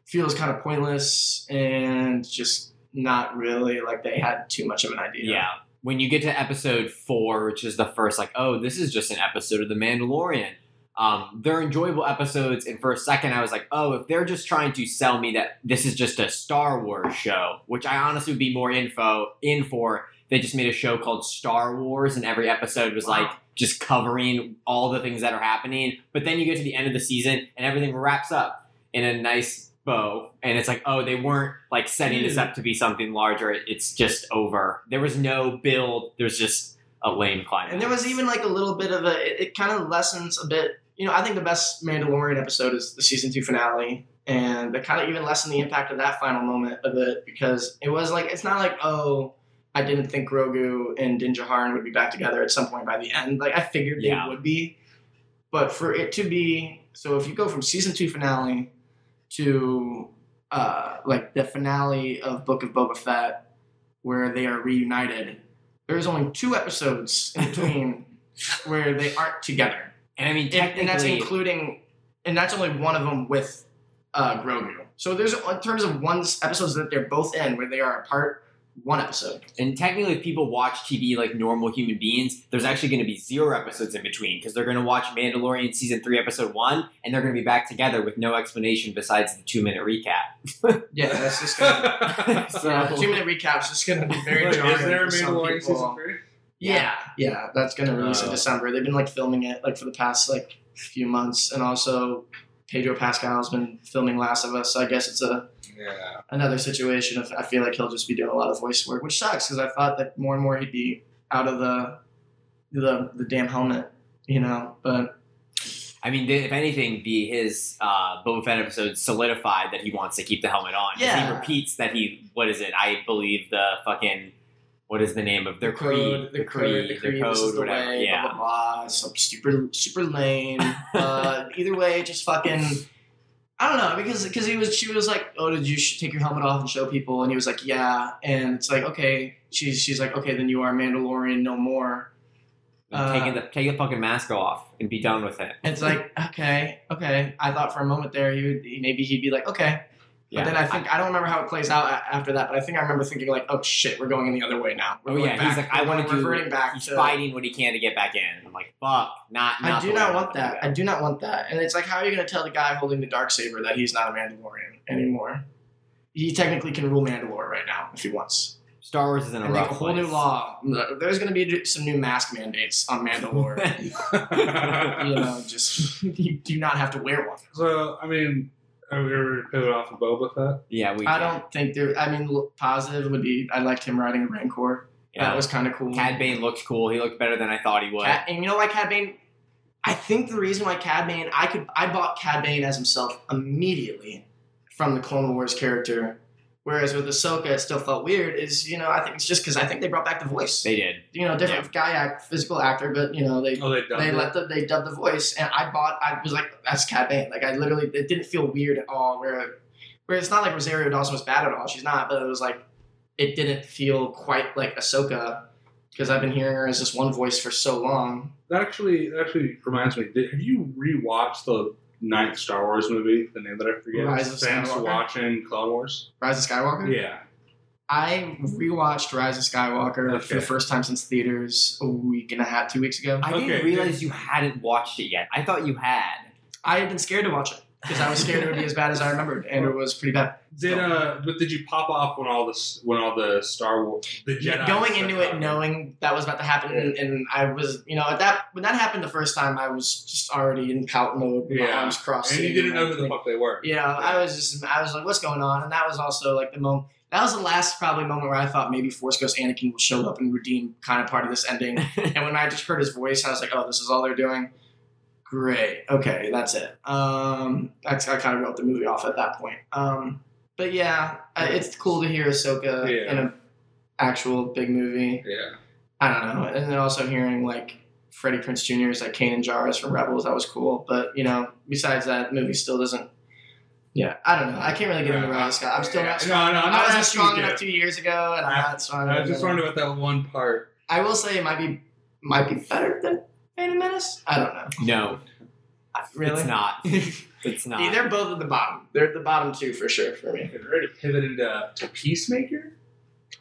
C: feels kind of pointless and just not really like they had too much of an idea.
B: Yeah. When you get to episode four, which is the first, like, oh, this is just an episode of The Mandalorian. Um, they're enjoyable episodes, and for a second, I was like, oh, if they're just trying to sell me that this is just a Star Wars show, which I honestly would be more info in for. They just made a show called Star Wars, and every episode was
C: Wow.
B: like just covering all the things that are happening. But then you get to the end of the season, and everything wraps up in a nice bow, and it's like, oh, they weren't like setting
C: Hmm.
B: this up to be something larger. It- It's just over. There was no build. There's just a lame climax.
C: And there was even like a little bit of a, it, it kind of lessens a bit. You know, I think the best Mandalorian episode is the season two finale, and it kind of even lessened the impact of that final moment of it because it was like, it's not like, oh, I didn't think Grogu and Din Djarin would be back together at some point by the end. Like, I figured they
B: Yeah.
C: would be. But for it to be, so if you go from season two finale to uh, like the finale of Book of Boba Fett, where they are reunited, there's only two episodes in between where they aren't together,
B: and I mean,
C: and,
B: technically,
C: and that's including, and that's only one of them with uh, Grogu. So there's uh, in terms of one s- episodes that they're both in where they are apart, one episode.
B: And technically, if people watch TV like normal human beings, there's actually going to be zero episodes in between because they're going to watch Mandalorian season three, episode one, and they're going to be back together with no explanation besides the two minute recap.
C: Yeah, that's just gonna,
B: So
C: yeah, the two minute recaps just gonna be very
A: Wait,
C: jarring
A: uh, is there a
C: for some
A: Mandalorian
C: people.
A: season three
C: Yeah, yeah, that's gonna release in
B: Oh.
C: December. They've been like filming it like for the past like few months, and also Pedro Pascal's been filming Last of Us. So I guess it's a
A: yeah
C: another situation. Of I feel like he'll just be doing a lot of voice work, which sucks because I thought that more and more he'd be out of the the the damn helmet, you know. But
B: I mean, th- if anything, the his uh, Boba Fett episode solidified that he wants to keep the helmet on. 'cause
C: Yeah.
B: He repeats that he, what is it? I believe the fucking, what is the name of their creed?
C: the creed, the creed, this is the
B: whatever.
C: way,
B: yeah.
C: blah blah blah. Some super super lame. uh, either way, just fucking. I don't know because because he was she was like, oh, did you sh- take your helmet off and show people? And he was like, yeah. And it's like, okay, she's she's like, okay, then you are Mandalorian no more. Uh,
B: taking the take the fucking mask off and be done with it.
C: It's like, okay, okay. I thought for a moment there, he would he, maybe he'd be like, okay. But
B: Yeah.
C: then I think I, don't remember how it plays out a- after that. But I think I remember thinking like, oh shit, we're going in the other way now. We're
B: Oh
C: going
B: yeah,
C: back.
B: he's like, I
C: We're
B: want to do.
C: reverting back
B: he's
C: to
B: fighting what he can to get back in. I'm like, fuck, not.
C: I
B: not
C: do
B: the way
C: not
B: I
C: want that. I
B: to
C: do not want that. And it's like, how are you going to tell the guy holding the dark saber that he's not a Mandalorian anymore? He technically can rule Mandalore right now if he wants.
B: go. Star Wars is in a
C: And like
B: rough
C: a whole new
B: place.
C: law. There's going to be j- some new mask mandates on Mandalore. you know, just you do not have to wear one.
A: so, I mean, are we going to pivot off of Boba Fett?
B: yeah, we.
C: I
B: can.
C: don't think there. I mean, look, positive would be I liked him riding a Rancor.
B: Yeah.
C: That was kind of cool.
B: Cad Bane looked cool. He looked better than I thought he would.
C: Cad- and you know why Cad Bane? I think the reason why Cad Bane, I could, I bought Cad Bane as himself immediately from the Clone Wars character. Whereas with Ahsoka, it still felt weird. Is you know, I think it's just because I think they brought back the voice.
B: they did.
C: you know, different guy act, physical actor, but you know, they
A: Oh, they've done
C: they
A: it?
C: let the they dubbed the voice, and I bought. I was like, that's Cat Bane. Like I literally, it didn't feel weird at all. Where, where it's not like Rosario Dawson was bad at all. She's not, but it was like, it didn't feel quite like Ahsoka because I've been hearing her as this one voice for so long.
A: That actually that actually reminds me. Did, have you rewatched the ninth Star Wars movie? The name that I forget.
C: Rise of
A: Since
C: Skywalker? Mm-hmm.
A: watching Clone Wars.
C: Rise of Skywalker.
A: Yeah,
C: I rewatched Rise of Skywalker for
A: Okay.
C: the first time since theaters a week and a half, two weeks ago.
B: I
A: Okay.
B: didn't realize you hadn't watched it yet. I thought you had.
C: I had been scared to watch it because I was scared it would be as bad as I remembered, and it was pretty bad.
A: did uh, but did you pop off when all this when all the Star Wars the Jedi
C: going
A: stuff
C: into it
A: happened?
C: knowing that was about to happen, and, and I was, you know, at that when that happened the first time, I was just already in pout mode, with my
A: Yeah.
C: arms crossed,
A: and you
C: sitting
A: didn't know who
C: there,
A: the
C: like,
A: fuck they were.
C: You know, I was just, I was like, what's going on? And that was also like the moment. That was the last probably moment where I thought maybe Force Ghost Anakin will show up and redeem kind of part of this ending. and when I just heard his voice, I was like, oh, this is all they're doing. Great. Okay, that's it. Um, that's I kind of wrote the movie off at that point. Um, but yeah, I- it's cool to hear Ahsoka
A: Yeah.
C: in an actual big movie.
A: Yeah.
C: I don't know. And then also hearing like Freddie Prince Jr.'s like Kanan Jarrus from Rebels, that was cool. But you know, besides that, movie still doesn't. Yeah, I don't know. I can't really get into Riley Scott. I'm still
A: Yeah.
C: not. Strong.
A: No, no, I'm
C: I
A: not
C: wasn't
A: asking
C: strong
A: you to.
C: enough two years ago, and I'm not strong
A: I
C: enough.
A: was just
C: now.
A: wondering about that one part.
C: I will say it might be might be better than Phantom Menace. I don't know.
B: No,
C: I- Really,
B: it's not. It's not.
C: Yeah, they're both at the bottom. They're at the bottom two for sure for me.
A: If we're ready to pivot into to Peacemaker.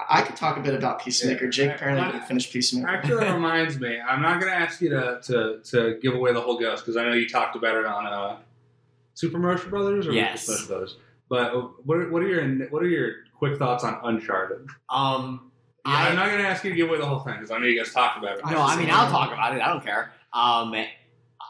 C: I could talk a bit about Peacemaker. Jake apparently didn't finish Peacemaker.
A: Actually, that reminds me. I'm not gonna ask you to to, to give away the whole ghost because I know you talked about it on uh, Super Mario Brothers or
B: Yes.
A: Super Mario Brothers. But uh, what are, what are your what are your quick thoughts on Uncharted?
B: um.
A: I,
B: I,
A: am not gonna ask you to give away the whole thing because I know you guys talked about it.
B: No, I mean I'll talk about it. I don't care. Um,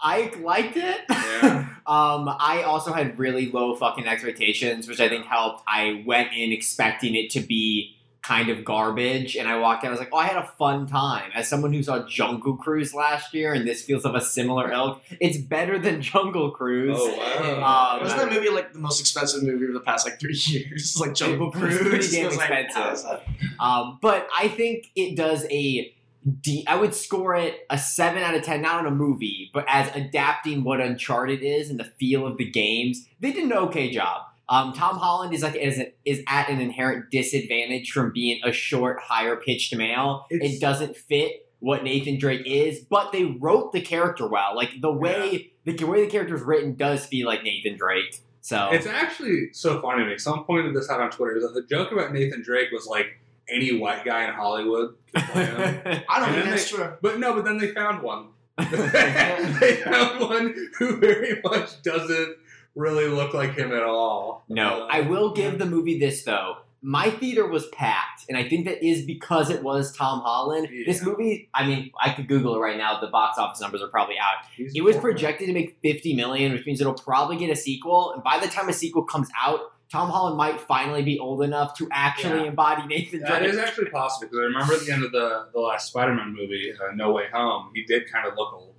B: I liked it.
A: Yeah.
B: um, I also had really low fucking expectations, which I think helped. I went in expecting it to be kind of garbage, and I walked out. I was like, "Oh, I had a fun time." As someone who saw Jungle Cruise last year, and this feels of a similar ilk, it's better than Jungle Cruise.
A: Oh
B: wow.
C: Wasn't that movie like the most expensive movie of the past like three years? Like Jungle
B: It was
C: Cruise.
B: pretty damn
C: It was like,
B: expensive.
C: how is that?
B: Um, but I think it does a D. I would score it a seven out of ten, not on a movie, but as adapting what Uncharted is and the feel of the games. They did an okay job. Um, Tom Holland is like is, is at an inherent disadvantage from being a short, higher pitched male.
A: It's-
B: it doesn't fit what Nathan Drake is, but they wrote the character well. Like the way the way the character is written does feel like Nathan Drake. So
A: It's actually so funny to me. Someone pointed this out on Twitter. The the joke about Nathan Drake was like any white guy in Hollywood could play him.
C: I don't
A: And
C: think
A: then
C: that's true.
A: But no, but then they found one. they found one who very much doesn't really look like him at all.
B: No,
A: Uh,
B: I will give the movie this though. My theater was packed, and I think that is because it was Tom Holland. This
A: Yeah.
B: movie, I mean, I could Google it right now. The box office numbers are probably out.
A: he's
B: It was
A: born.
B: projected to make 50 million, which means it'll probably get a sequel. And by the time a sequel comes out, Tom Holland might finally be old enough to actually
A: Yeah.
B: embody Nathan
A: That
B: Drake.
A: is actually possible because I remember at the end of the, the last Spider-Man movie, uh, No Way Home, he did kind of look old,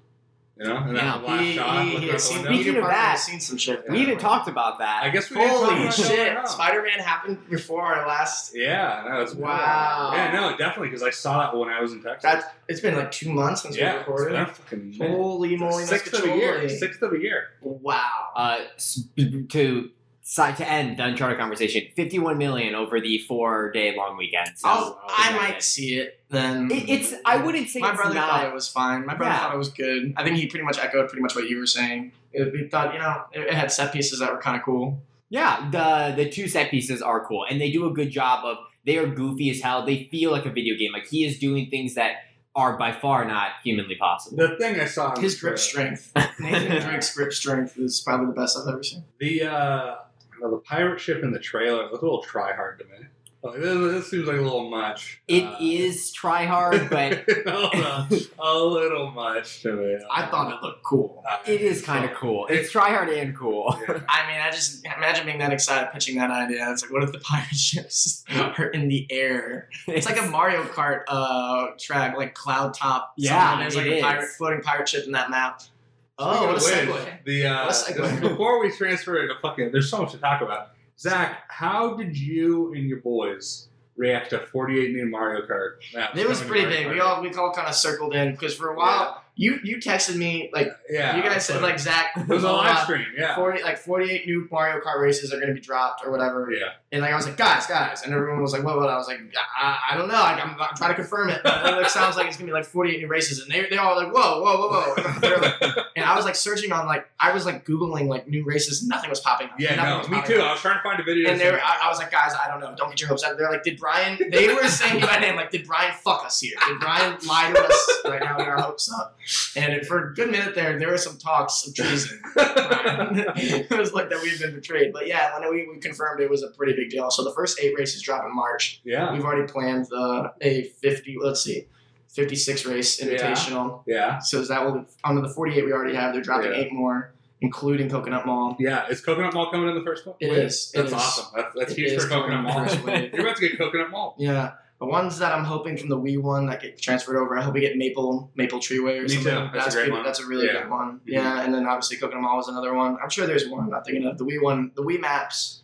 A: you know. And
B: Yeah.
A: that last
C: He-
A: shot,
C: he-
A: looking
C: he
A: out
C: had
A: the
C: seen-
A: window.
B: Speaking
C: Peter
B: of
C: Parker
B: that,
C: had seen some shit.
B: we even talked about
A: I
B: that.
A: guess we didn't talk
C: Holy
A: about No Way Home.
C: shit! Spider Man happened before our last.
A: Yeah, no, it's weird.
C: Wow.
A: Yeah, no, definitely because I saw that when I was in Texas.
C: That it's been like two months since
A: yeah,
C: we
A: it's
C: recorded.
A: been a fucking minute.
C: Holy moly!
A: sixth
C: that's
A: of a year.
C: controlling.
A: Sixth of a year.
C: Wow.
B: Uh, s- to side to end the Uncharted conversation, 51 million over the four day long weekend. So
A: Oh,
C: I'll, I
B: projected.
C: might see it then.
B: It, it's. I wouldn't say
C: Mm-hmm. My
B: it's
C: brother
B: not.
C: thought it was fine. My brother
B: Yeah.
C: thought it was good. I think he pretty much echoed pretty much what you were saying. It, he thought you know it, it had set pieces that were kind of cool.
B: Yeah, the the two set pieces are cool, and they do a good job of. They are goofy as hell. They feel like a video game. Like he is doing things that are by far not humanly possible.
A: The thing I saw. in
C: His
A: the
C: grip
A: trailer-
C: strength, Nathan Drake's grip strength, is probably the best I've ever seen.
A: The uh, well, the pirate ship in the trailer looked a little try hard to me. Like, this, this seems like a little much.
B: It
A: Uh,
B: is try hard, but
A: a, a little much to me.
C: I thought it looked cool.
A: Uh,
B: it is kind of cool. It's try hard and cool.
A: yeah.
C: I mean, I just imagine being that excited pitching that idea. It's like, what if the pirate ships are in the air? It's like a Mario Kart uh, track, like cloud top.
B: Yeah,
C: something. there's like
B: it
C: a pirate
B: is.
C: floating pirate ship in that map.
A: Speaking
C: Oh, what a
A: of which,
C: segue!
A: The uh,
C: What a segue.
A: just before we transfer into fucking, there's so much to talk about. Zach, how did you and your boys react to 48 new Mario Kart? maps
C: It was
A: coming to
C: pretty
A: Mario
C: big.
A: Kart?
C: We all we all kind of circled in because for a while you you texted me like
A: yeah,
C: you guys said
A: but-
C: like Zach uh,
A: it was a live stream. Yeah,
C: forty like forty eight new Mario Kart races are going to be dropped or whatever.
A: yeah.
C: And like I was like, guys, guys, and everyone was like, what? What? I was like, I, I don't know. Like, I'm, I'm trying to confirm it. But it like, sounds like it's gonna be like 48 new races, and they they all like, whoa, whoa, whoa, whoa. They're like- and I was like searching on like I was like googling like new races, nothing was popping up.
A: Yeah,
C: Nothing
A: no,
C: was
A: me
C: popping
A: too.
C: up.
A: I was trying to find a video.
C: And they were, I, I was like, guys, I don't know. Don't get your hopes up. They're like, did Brian? They were saying by name, like, did Brian fuck us here? Did Brian lie to us? Like, how we got our hopes up? And for a good minute there, there were some talks of treason. Brian. it was like that we've been betrayed. But yeah, when we, we confirmed it was a pretty big deal. So the first eight races drop in March.
A: yeah,
C: We've already planned the a fifty. Let's see, fifty six race
A: Yeah.
C: invitational.
A: yeah,
C: So is that will under the forty eight we already have. They're dropping
A: Yeah.
C: eight more, including Coconut Mall.
A: yeah. Is Coconut Mall coming in the first one?
C: It is. It
A: That's
C: is.
A: awesome. That's, that's
C: It
A: huge
C: is
A: for
C: coming
A: Coconut
C: in the
A: Mall.
C: first wave.
A: You're about to get Coconut Mall.
C: Yeah. The ones that I'm hoping from the Wii one that get transferred over, I hope we get Maple Maple Treeway or
A: Me
C: something.
A: too. That's a great
C: pretty-
A: one.
C: That's a really
A: Yeah. Mm-hmm.
C: good one. Yeah, and then obviously Coconut Mall is another one. I'm sure there's more. I'm not thinking of the Wii one. The Wii maps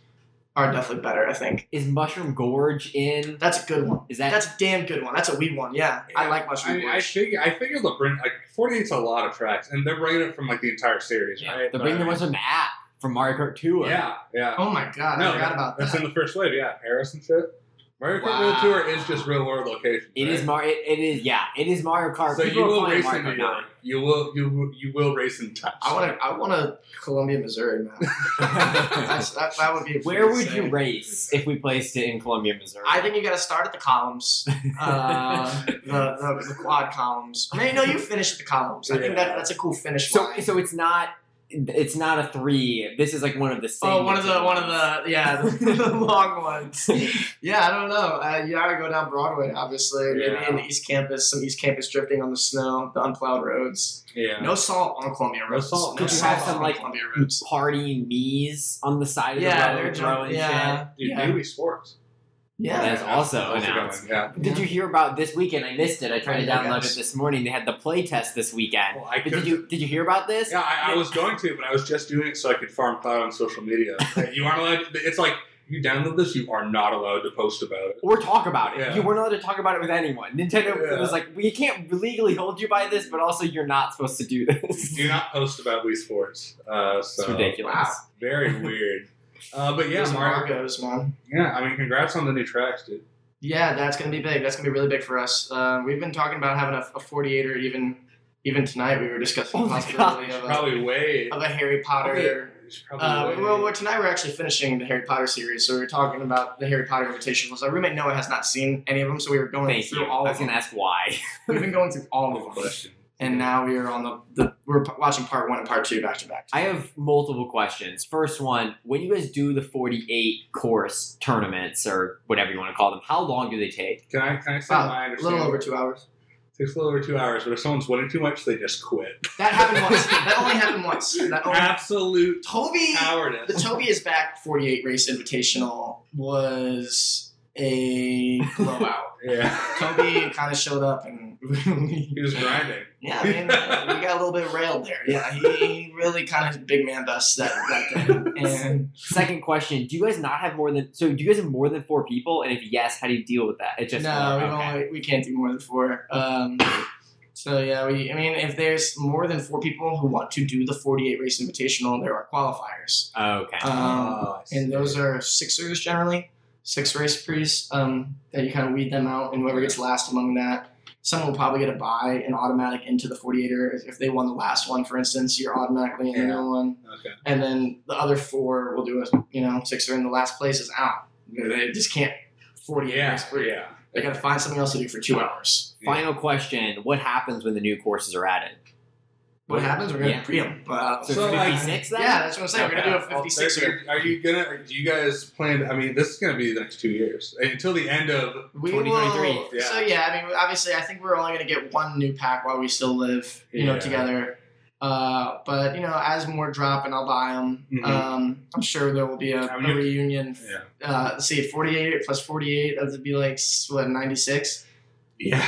C: are definitely better. I think
B: Is Mushroom Gorge in?
C: that's a good one.
B: Is that
C: That's a damn good one. That's a Wii one. Yeah, I like
A: I,
C: Mushroom
A: mean, I
C: Gorge.
A: figure I figure they'll bring like 48's a lot of tracks, and they're bringing it from like the entire series,
B: Yeah,
A: right?
B: They're
A: But,
B: bringing
A: I
B: the
A: mean,
B: Mushroom app from Mario Kart Tour.
A: Yeah, yeah.
C: oh my god, I forgot about
A: that's
C: that.
A: in the first wave. Yeah, Paris and shit. Mario Kart
B: Wow.
A: World Tour is just real world locations.
B: It
A: right?
B: is Mario. It is yeah. It is Mario Kart.
A: So
B: People
A: you
B: are
A: will
B: calling it
A: race
B: Mario
A: in New
B: Kart now.
A: York. You will you you will race in touch.
C: I want to. I want to Columbia, Missouri, man. That's, that, that would be.
B: Where
C: pretty
B: would you
C: sick.
B: race if we placed it in Columbia, Missouri?
C: I think you got to start at the columns, uh, the, the, the quad columns. I mean, no, you finish at the columns. I think
A: Yeah.
C: that, that's a cool finish
B: so.
C: line.
B: So it's not. It's not a three. This is like one of the same.
C: Oh, one of the one of the yeah the, the long ones. Yeah, I don't know. Uh, you gotta go down Broadway, obviously. Maybe
A: Yeah.
C: in the East Campus, some East Campus drifting on the snow, the unplowed roads.
A: Yeah.
C: No salt on Columbia
A: No
C: roads.
A: salt.
C: No
A: Could you
C: salt
B: have some,
C: on
B: like,
C: Columbia roads?
B: party me's on the side of
C: Yeah,
B: the
C: they're
B: road throwing
C: jumping. Yeah,
A: Dude,
C: yeah,
A: Navy Sports.
C: yeah.
B: That's also
A: going,
B: announced.
A: Yeah.
B: shit. Did you hear about this weekend? I missed it. I tried to
C: Yeah,
B: download
C: guys.
B: it this morning. They had the play test this weekend.
A: Well, I
B: But
A: couldn't-
B: did you did you hear about this?
A: Yeah, I, I was going to, but I was just doing it so I could farm cloud on social media. Like, you aren't allowed. It's like you download this, you are not allowed to post about it.
B: or talk about it.
A: Yeah.
B: You weren't allowed to talk about it with anyone. Nintendo
A: Yeah.
B: was like, we can't legally hold you by this, but also you're not supposed to do this.
A: Do not post about Wii Sports. Uh, so
B: it's ridiculous.
C: Wow.
A: Very weird. Uh, but yeah,
C: Those
A: Mario.
C: embargoes, man.
A: Yeah, I mean, congrats on the new tracks, dude.
C: Yeah, that's gonna be big. That's gonna be really big for us. Uh, we've been talking about having a, a 48 or even even tonight. We were discussing
B: Oh
C: the
B: my
C: possibility of a,
A: Probably way.
C: of Uh, a Harry Potter.
A: It's probably
C: Uh,
A: way-
C: well, well, tonight we're actually finishing the Harry Potter series, so we were talking about the Harry Potter invitationals. Our roommate Noah has not seen any of them, so we were going
B: Thank
C: through
B: you.
C: all
B: I
C: of
B: was
C: them.
B: gonna ask why.
C: We've been going through all
A: Good
C: of them,
A: question.
C: and now we are on the, the we're p- watching part one and part two back to back.
B: I have multiple questions. First one, when you guys do the 48 course tournaments or whatever you want to call them, how long do they take?
A: Can I can I say my
C: Wow, a
A: understanding?
C: Uh, little over two hours.
A: Takes a little over two hours, but if someone's winning too much, they just quit.
C: That happened once. that only happened once. That only.
B: Uh,
A: Absolute
C: Toby. The
A: cowardice.
C: Toby is back 48 race invitational was a blowout.
A: yeah,
C: Toby kind of showed up and
A: he was grinding.
C: yeah, I mean, we got a little bit railed there. Yeah, he, he really kind of big man us that, that day. And
B: Second question, do you guys not have more than so do you guys have more than four people? And if yes, how do you deal with that? It's just
C: no, we,
B: four,
C: don't,
B: okay.
C: we can't do more than four. Um, so yeah, we I mean, if there's more than four people who want to do the 48 race invitational, there are qualifiers.
B: Okay.
C: Um,
A: Oh, I see.
C: and those are sixers generally six race priests um, that you kind of weed them out and whoever gets last among that someone will probably get a buy and automatic into the 48er if- if they won the last one for instance you're automatically in the
A: Yeah.
C: middle one
A: okay.
C: and then the other four will do a you know sixer in the last place is out they just can't 48
A: Yeah,
C: race priest.
A: yeah.
C: they gotta find something else to do for two hours
A: yeah.
B: Final question, what happens when the new courses are added?
C: What happens? We're gonna uh,
B: Yeah.
C: pre them. But,
B: So,
A: Uh, So, like-
B: fifty six then?
C: yeah, that's what I'm saying. We're gonna do a
A: Okay, well,
C: 56
A: there-
C: here.
A: Are you gonna? Do you guys plan? I mean, this is gonna be the next two years until the end of.
C: We
B: 2023,
C: will.
A: yeah.
C: So yeah, I mean, obviously, I think we're only going to get one new pack while we still live, you know,
A: Yeah.
C: together. Uh, but you know, as more drop and I'll buy them.
A: Mhm.
C: Um, I'm sure there will be a,
A: I mean,
C: a
A: you-
C: reunion.
A: Yeah.
C: Uh, let's see, 48 plus 48, that would be like s- what 96.
A: Yeah.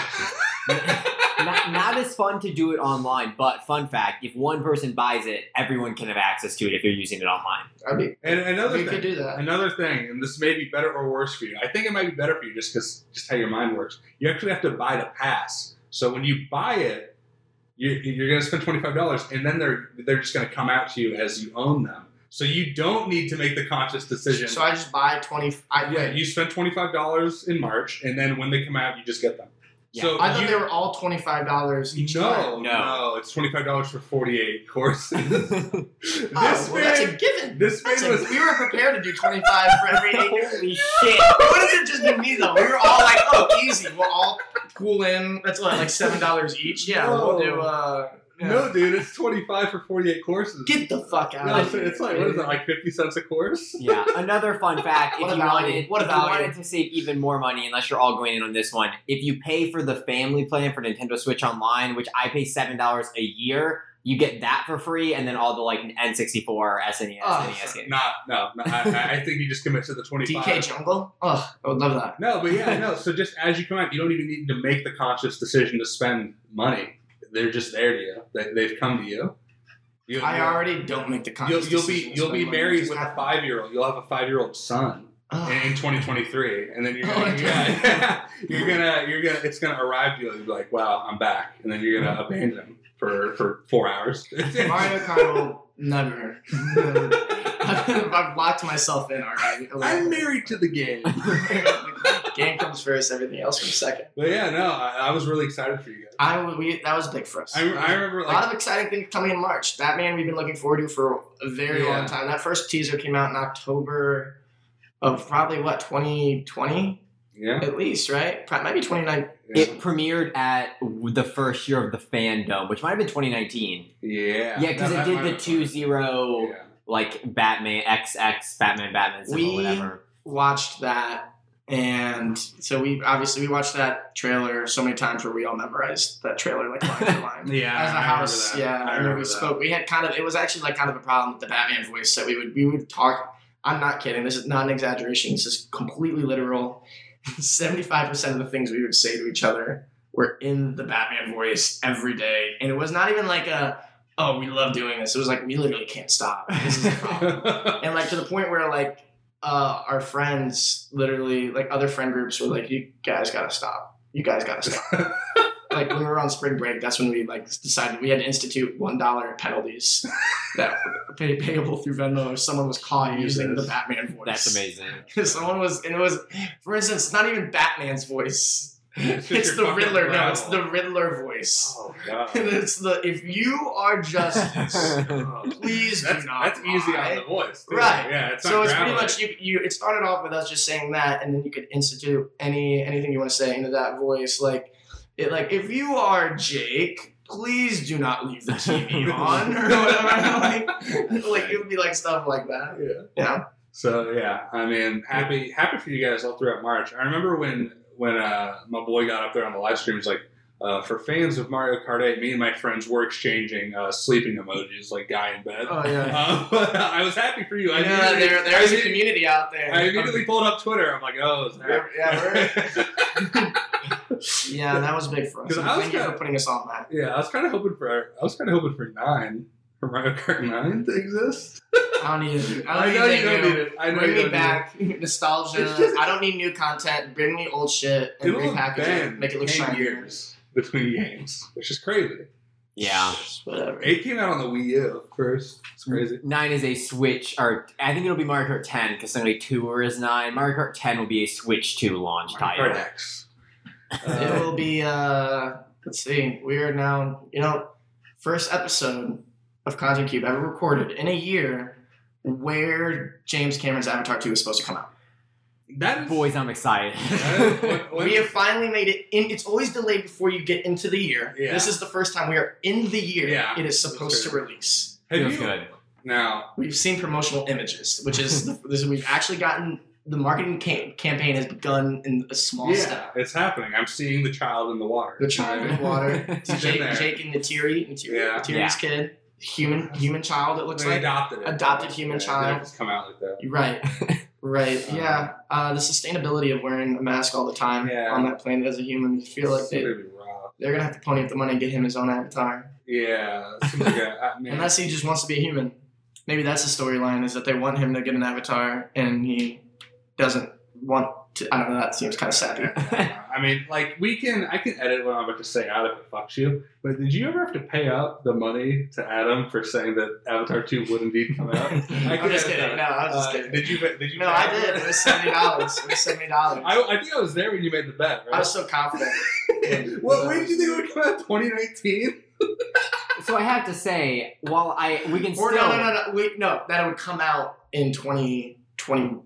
B: not, not as fun to do it online, but fun fact: if one person buys it, everyone can have access to it if they're using it online.
C: I mean,
A: and another
C: we
A: thing.
C: could do that.
A: Another thing, and this may be better or worse for you. I think it might be better for you just because just how your mind works. You actually have to buy the pass. So when you buy it, you, you're going to spend twenty five dollars, and then they're they're just going to come out to you as you own them. So you don't need to make the conscious decision.
C: So I just buy 20. I,
A: yeah, you spend twenty five dollars in March, and then when they come out, you just get them.
B: Yeah.
A: So
C: I thought
A: you,
C: they were all $25 each. time.
A: no, no,
B: No.
A: it's twenty five dollars for forty eight courses.
B: Holy
A: this
C: Oh, well, that's a
A: man,
C: given.
A: this
C: That's
A: man
C: a-
A: was.
C: we were prepared to do 25 for every eight
B: shit!
C: What if it just be me though? We were all like, oh, easy. We'll all pool in. That's what, like seven dollars each. Yeah, we'll do. Uh, yeah.
A: No, dude, it's twenty five for forty eight courses.
C: get the fuck out.
A: No,
C: of
A: it's,
C: here.
A: it's like what is it like fifty cents a course?
B: Yeah. Another fun fact: if
C: What a
B: you
C: value.
B: wanted,
C: What a
B: if you
C: value.
B: wanted to save even more money, unless you're all going in on this one, if you pay for the family plan for Nintendo Switch Online, which I pay seven dollars a year, you get that for free, and then all the like N64, SNES,
C: Oh,
B: NES E games.
A: Not no, no I, I- I think you just commit to the twenty
C: DK
A: five.
C: Jungle. Oh, I would love that.
A: No, but yeah, no. So just as you come out, you don't even need to make the conscious decision to spend money. They're just there to you. They, they've come to you. you
C: I already don't make the
A: You'll,
C: conscious
A: you'll be
C: decisions
A: you'll be
C: when I'm
A: married
C: just
A: with a
C: happy.
A: five year old. You'll have a five year old son
C: Ugh.
A: in, in 2023, and then you're
C: Oh,
A: gonna,
C: okay.
A: yeah, you're gonna you're gonna it's gonna arrive to you. and You'll be like, wow, I'm back, and then you're gonna abandon him for for four hours.
C: Mario Kart will never. I've locked myself in already.
A: I'm married to the game.
C: Game comes first, everything else comes second.
A: But yeah, no, I, I was really excited for you guys.
C: I we that was big for us.
A: I, I remember
C: a lot
A: like
C: of exciting things coming in March. Batman we've been looking forward to for a very
A: Yeah.
C: long time. That first teaser came out in October of probably what 2020
A: yeah,
C: at least, right? Pro- Maybe 29.
A: yeah,
B: It premiered at w- the first year of the fandom, which might have been 2019.
A: yeah,
B: Yeah, because
A: That- that
B: it
A: might
B: did the
A: have
B: two
A: been-
B: zero
A: Yeah.
B: like Batman XX Batman Batman symbol,
C: We-
B: whatever.
C: Watched that, and so we obviously we watched that trailer so many times where we all memorized that trailer like line for line.
A: Yeah,
C: As a
A: I remember
C: house,
A: that. I
C: yeah, and then
A: remember
C: we
A: that.
C: spoke. We had kind of it was actually like kind of a problem with the Batman voice, so we would we would talk. I'm not kidding. This is not an exaggeration. This is completely literal. Seventy five percent of the things we would say to each other were in the Batman voice every day, and it was not even like a oh we love doing this. It was like we literally can't stop. This is the problem and like to the point where like uh, our friends literally like other friend groups were like you guys gotta stop you guys gotta stop like when we were on spring break that's when we like decided we had to institute one dollar penalties that were pay- payable through venmo if someone was caught using the
A: Jesus.
C: batman voice
B: That's amazing.
C: if someone was and it was for instance it's not even batman's voice
A: It's just
C: it's
A: your
C: the
A: fucking
C: riddler no it's the
A: growl.
C: riddler voice
A: Oh god.
C: And it's the if you are just please do
A: that's,
C: not
A: that's easy
C: lie.
A: on the voice, too.
C: Right.
A: Yeah, it's
C: so
A: not
C: it's pretty
A: growling.
C: much you, you. It started off with us just saying that, and then you could institute any anything you want to say into that voice, like it, like if you are Jake, please do not leave the TV on or whatever. like, like it would be like stuff like that.
A: Yeah.
C: Yeah.
A: So yeah, I mean, happy happy for you guys all throughout March. I remember when when uh, my boy got up there on the live stream, he's like, uh, for fans of Mario Kart 8, me and my friends were exchanging uh, sleeping emojis, like guy in bed.
C: Oh yeah.
A: Uh, I was happy for you. I
C: yeah,
A: immediately-
C: there, there's
A: I,
C: a
A: immediately-
C: community out there.
A: I immediately pulled up Twitter. I'm like, oh, is
C: We're-
A: that?
C: yeah, we're- yeah, that was big for us.
A: 'Cause I was
C: Thank you for
A: kinda-
C: putting us on that.
A: yeah, I was kind of hoping for I was kind of hoping for nine for Mario Kart nine to exist.
C: I don't need.
A: I,
C: I
A: know
C: don't need
A: you don't
C: new.
A: need it. I know you
C: Bring me
A: don't
C: back nostalgia.
A: It's just-
C: I don't need new content. Bring me old shit
A: Need
C: and
A: it. It'll have
C: repackage it,
A: been
C: make it look
A: 10
C: shiny.
A: years between games, which is crazy.
B: Yeah.
C: Whatever.
A: Eight came out on the Wii U Mm-hmm. first. It's crazy.
B: Nine is a Switch, or I think it'll be Mario Kart 10 because only two is nine. Mario Kart 10 will be a Switch 2 launch
A: Mario Kart
B: title.
A: X.
C: It
A: Uh,
C: will be. uh Let's see. We are now. You know, first episode of Content Cube ever recorded in a year where James Cameron's Avatar Two is supposed to come out.
A: That is
B: Boys, I'm excited.
A: that is- what- what-
C: We have finally made it in. It's always delayed before you get into the year.
A: Yeah.
C: This is the first time we are in the year
A: Yeah.
C: it is supposed to
A: That's
C: release.
A: have
B: Feels
A: you
B: good.
A: now?
C: We've seen promotional images, which is the, this, we've actually gotten the marketing cam- campaign has begun in a small
A: Yeah,
C: step.
A: it's happening. I'm seeing the child in the water.
C: The child in the water.
A: He's
C: Jake,
A: in there.
C: Jake and Natiri, Natiri,
A: Yeah.
C: Natiri's
B: Yeah.
C: kid, human human child. It looks
A: They
C: like.
A: adopted it.
C: adopted human
A: Yeah,
C: child.
A: It's come out like that.
C: You're Right, right,
A: Um,
C: yeah. Uh, the sustainability of wearing a mask all the time
A: Yeah.
C: on that planet as a human, you feel like
A: It's
C: they,
A: gonna be rough.
C: they're gonna have to pony up the money and get him his own avatar.
A: Yeah, it seems like a- I mean,
C: Unless he just wants to be a human. Maybe that's the storyline is that they want him to get an avatar and he doesn't want to. I don't know, that seems kind of sappy.
A: Yeah. I mean, like we can, I can edit what I'm about to say out if it fucks you. But did you ever have to pay up the money to Adam for saying that Avatar Two would indeed come out? I
C: I'm
A: could
C: just
A: edit
C: kidding.
A: that.
C: No, I'm just
A: Uh,
C: kidding.
A: Did you? Did you?
C: No,
A: pay
C: I
A: up
C: did.
A: for
C: It was seventy dollars. It was seventy dollars.
A: I, I think I was there when you made the bet,
C: I
A: right?
C: was so confident.
A: what? When did you think it would come out? 2019.
B: So I have to say, while I we can still
C: Or no, no, no, no. Wait, no, that it would come out in 2020.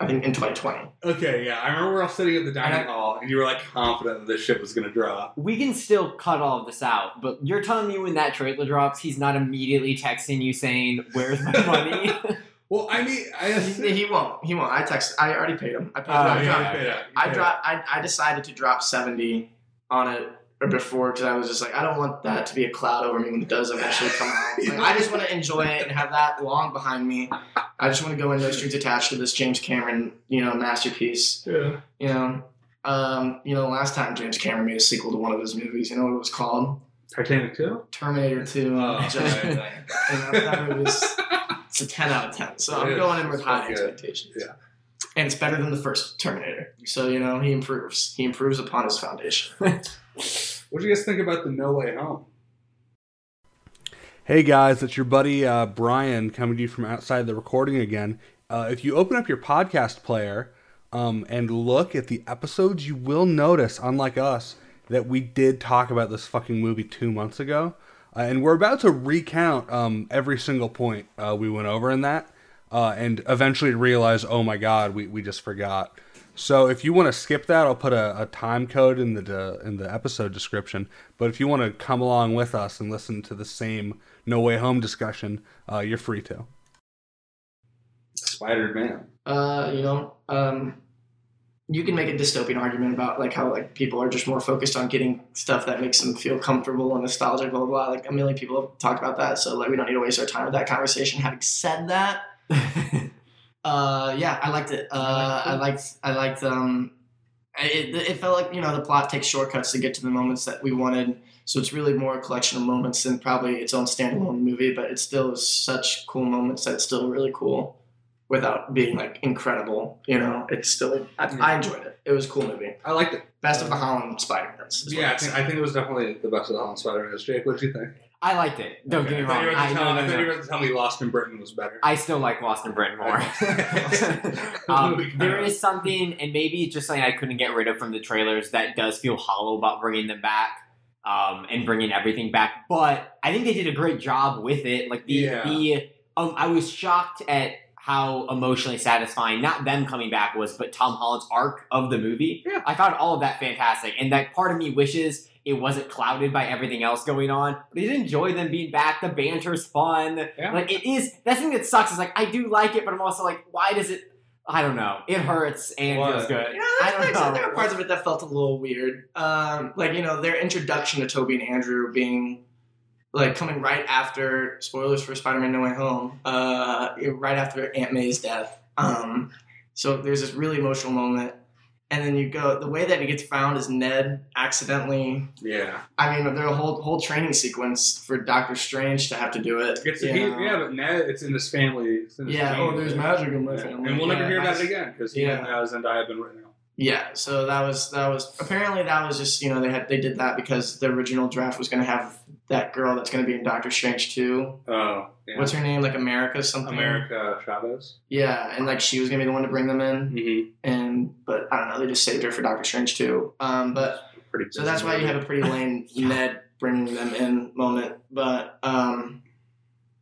C: I think in 2020.
A: Okay, yeah, I remember we were all sitting at the dining
C: And
A: hall, and you were like confident that this shit was gonna drop.
B: we can still cut all of this out. But you're telling me when that trailer drops, he's not immediately texting you saying, "Where's my money?"
A: Well, I mean, I
C: He, he won't. He won't. I text. I already paid him. I paid.
B: Oh,
C: him. I
A: Ah, Uh, yeah,
C: dropped-
A: you paid up, you
C: I
A: paid up.
C: dropped. I, I decided to drop 70 on it or before because I was just like, I don't want that to be a cloud over me when it does eventually come out. Like, I just want to enjoy it and have that long behind me. I just want to go in no strings attached to this James Cameron, you know, masterpiece.
A: Yeah.
C: You know, um, you know, last time James Cameron made a sequel to one of his movies, you know what it was called?
A: Titanic Two.
C: Terminator 2.
A: Oh,
C: Judgment
A: right,
C: Day. You know, that movie was, it's a 10 out of 10. So I'm
A: It is.
C: going in with
A: It's
C: high
A: pretty good.
C: expectations.
A: Yeah.
C: And it's better than the first Terminator. So, you know, he improves. He improves upon his foundation.
A: What do you guys think about the No Way Home?
D: Hey guys, it's your buddy uh, Brian coming to you from outside the recording again. Uh, if you open up your podcast player um, and look at the episodes, you will notice, unlike us, that we did talk about this fucking movie two months ago. Uh, and we're about to recount um, every single point uh, we went over in that uh, and eventually realize, oh my God, we, we just forgot. So if you want to skip that, I'll put a, a time code in the de- in the episode description. But if you want to come along with us and listen to the same No Way Home discussion, uh, you're free to.
A: Spider Man.
C: Uh, you know, um, you can make a dystopian argument about like how like people are just more focused on getting stuff that makes them feel comfortable and nostalgic, blah blah blah. Like a million people have talked about that, so like we don't need to waste our time with that conversation. Having said that, uh, yeah, I liked it. Uh, I liked. I liked. Um, I- it, it felt like you know the plot takes shortcuts to get to the moments that we wanted, so it's really more a collection of moments than probably its own standalone movie. But it still is such cool moments that it's still really cool, without being like incredible. You know, it's still. I, I enjoyed it. It was a cool movie.
A: I liked it.
C: Best of the Holland Spider Man's.
A: Yeah, I think, I think it was definitely the best of the Holland Spider Man. Jake, what did you think?
B: I liked it. Don't
A: Okay.
B: get me
A: I thought
B: wrong.
A: you were about
B: I,
A: to
B: no,
A: tell- I
B: no,
A: thought
B: no.
A: you were about to tell me Lost in Britain was better.
B: I still like Lost in Britain more. um, there is something, and maybe it's just something I couldn't get rid of from the trailers that does feel hollow about bringing them back um, and bringing everything back. But I think they did a great job with it. Like the
A: Yeah.
B: the um, I was shocked at how emotionally satisfying not them coming back was, but Tom Holland's arc of the movie.
A: Yeah.
B: I found all of that fantastic, and that part of me wishes. It wasn't clouded by everything else going on, but I did enjoy them being back. The banter's fun.
A: Yeah.
B: Like it is. That's the thing that sucks is like I do like it, but I'm also like, why does it? I don't know. It hurts and
A: What?
B: feels good.
C: You know, there's-
B: I don't
C: there's-
B: know.
C: There are parts of it that felt a little weird. Um, like you know, their introduction to Toby and Andrew being like coming right after spoilers for Spider-Man: No Way Home, uh, right after Aunt May's death. Um, so there's this really emotional moment, and then you go the way that he gets found is Ned accidentally.
A: yeah.
C: I mean, their whole whole training sequence for Doctor Strange to have to do it.
A: It's,
C: you
A: he-
C: know.
A: yeah, but now it's in his family. It's in his
C: Yeah,
A: family.
C: oh, there's magic in my
A: Yeah.
C: family.
A: And we'll never
C: Yeah,
A: hear about
C: that's-
A: it again because he
C: Yeah.
A: and uh, Zendaya have been written out.
C: Yeah, so that was that was apparently that was just you know they had they did that because the original draft was going to have that girl that's going to be in Doctor Strange too.
A: Oh, yeah.
C: What's her name? Like America something.
A: America Chavez?
C: Yeah, and like she was going to be the one to bring them in,
A: Mm-hmm.
C: and but I don't know they just saved her for Doctor Strange too. Um, but
A: Pretty
C: so that's why you have a pretty lame Ned bringing them in moment. But um,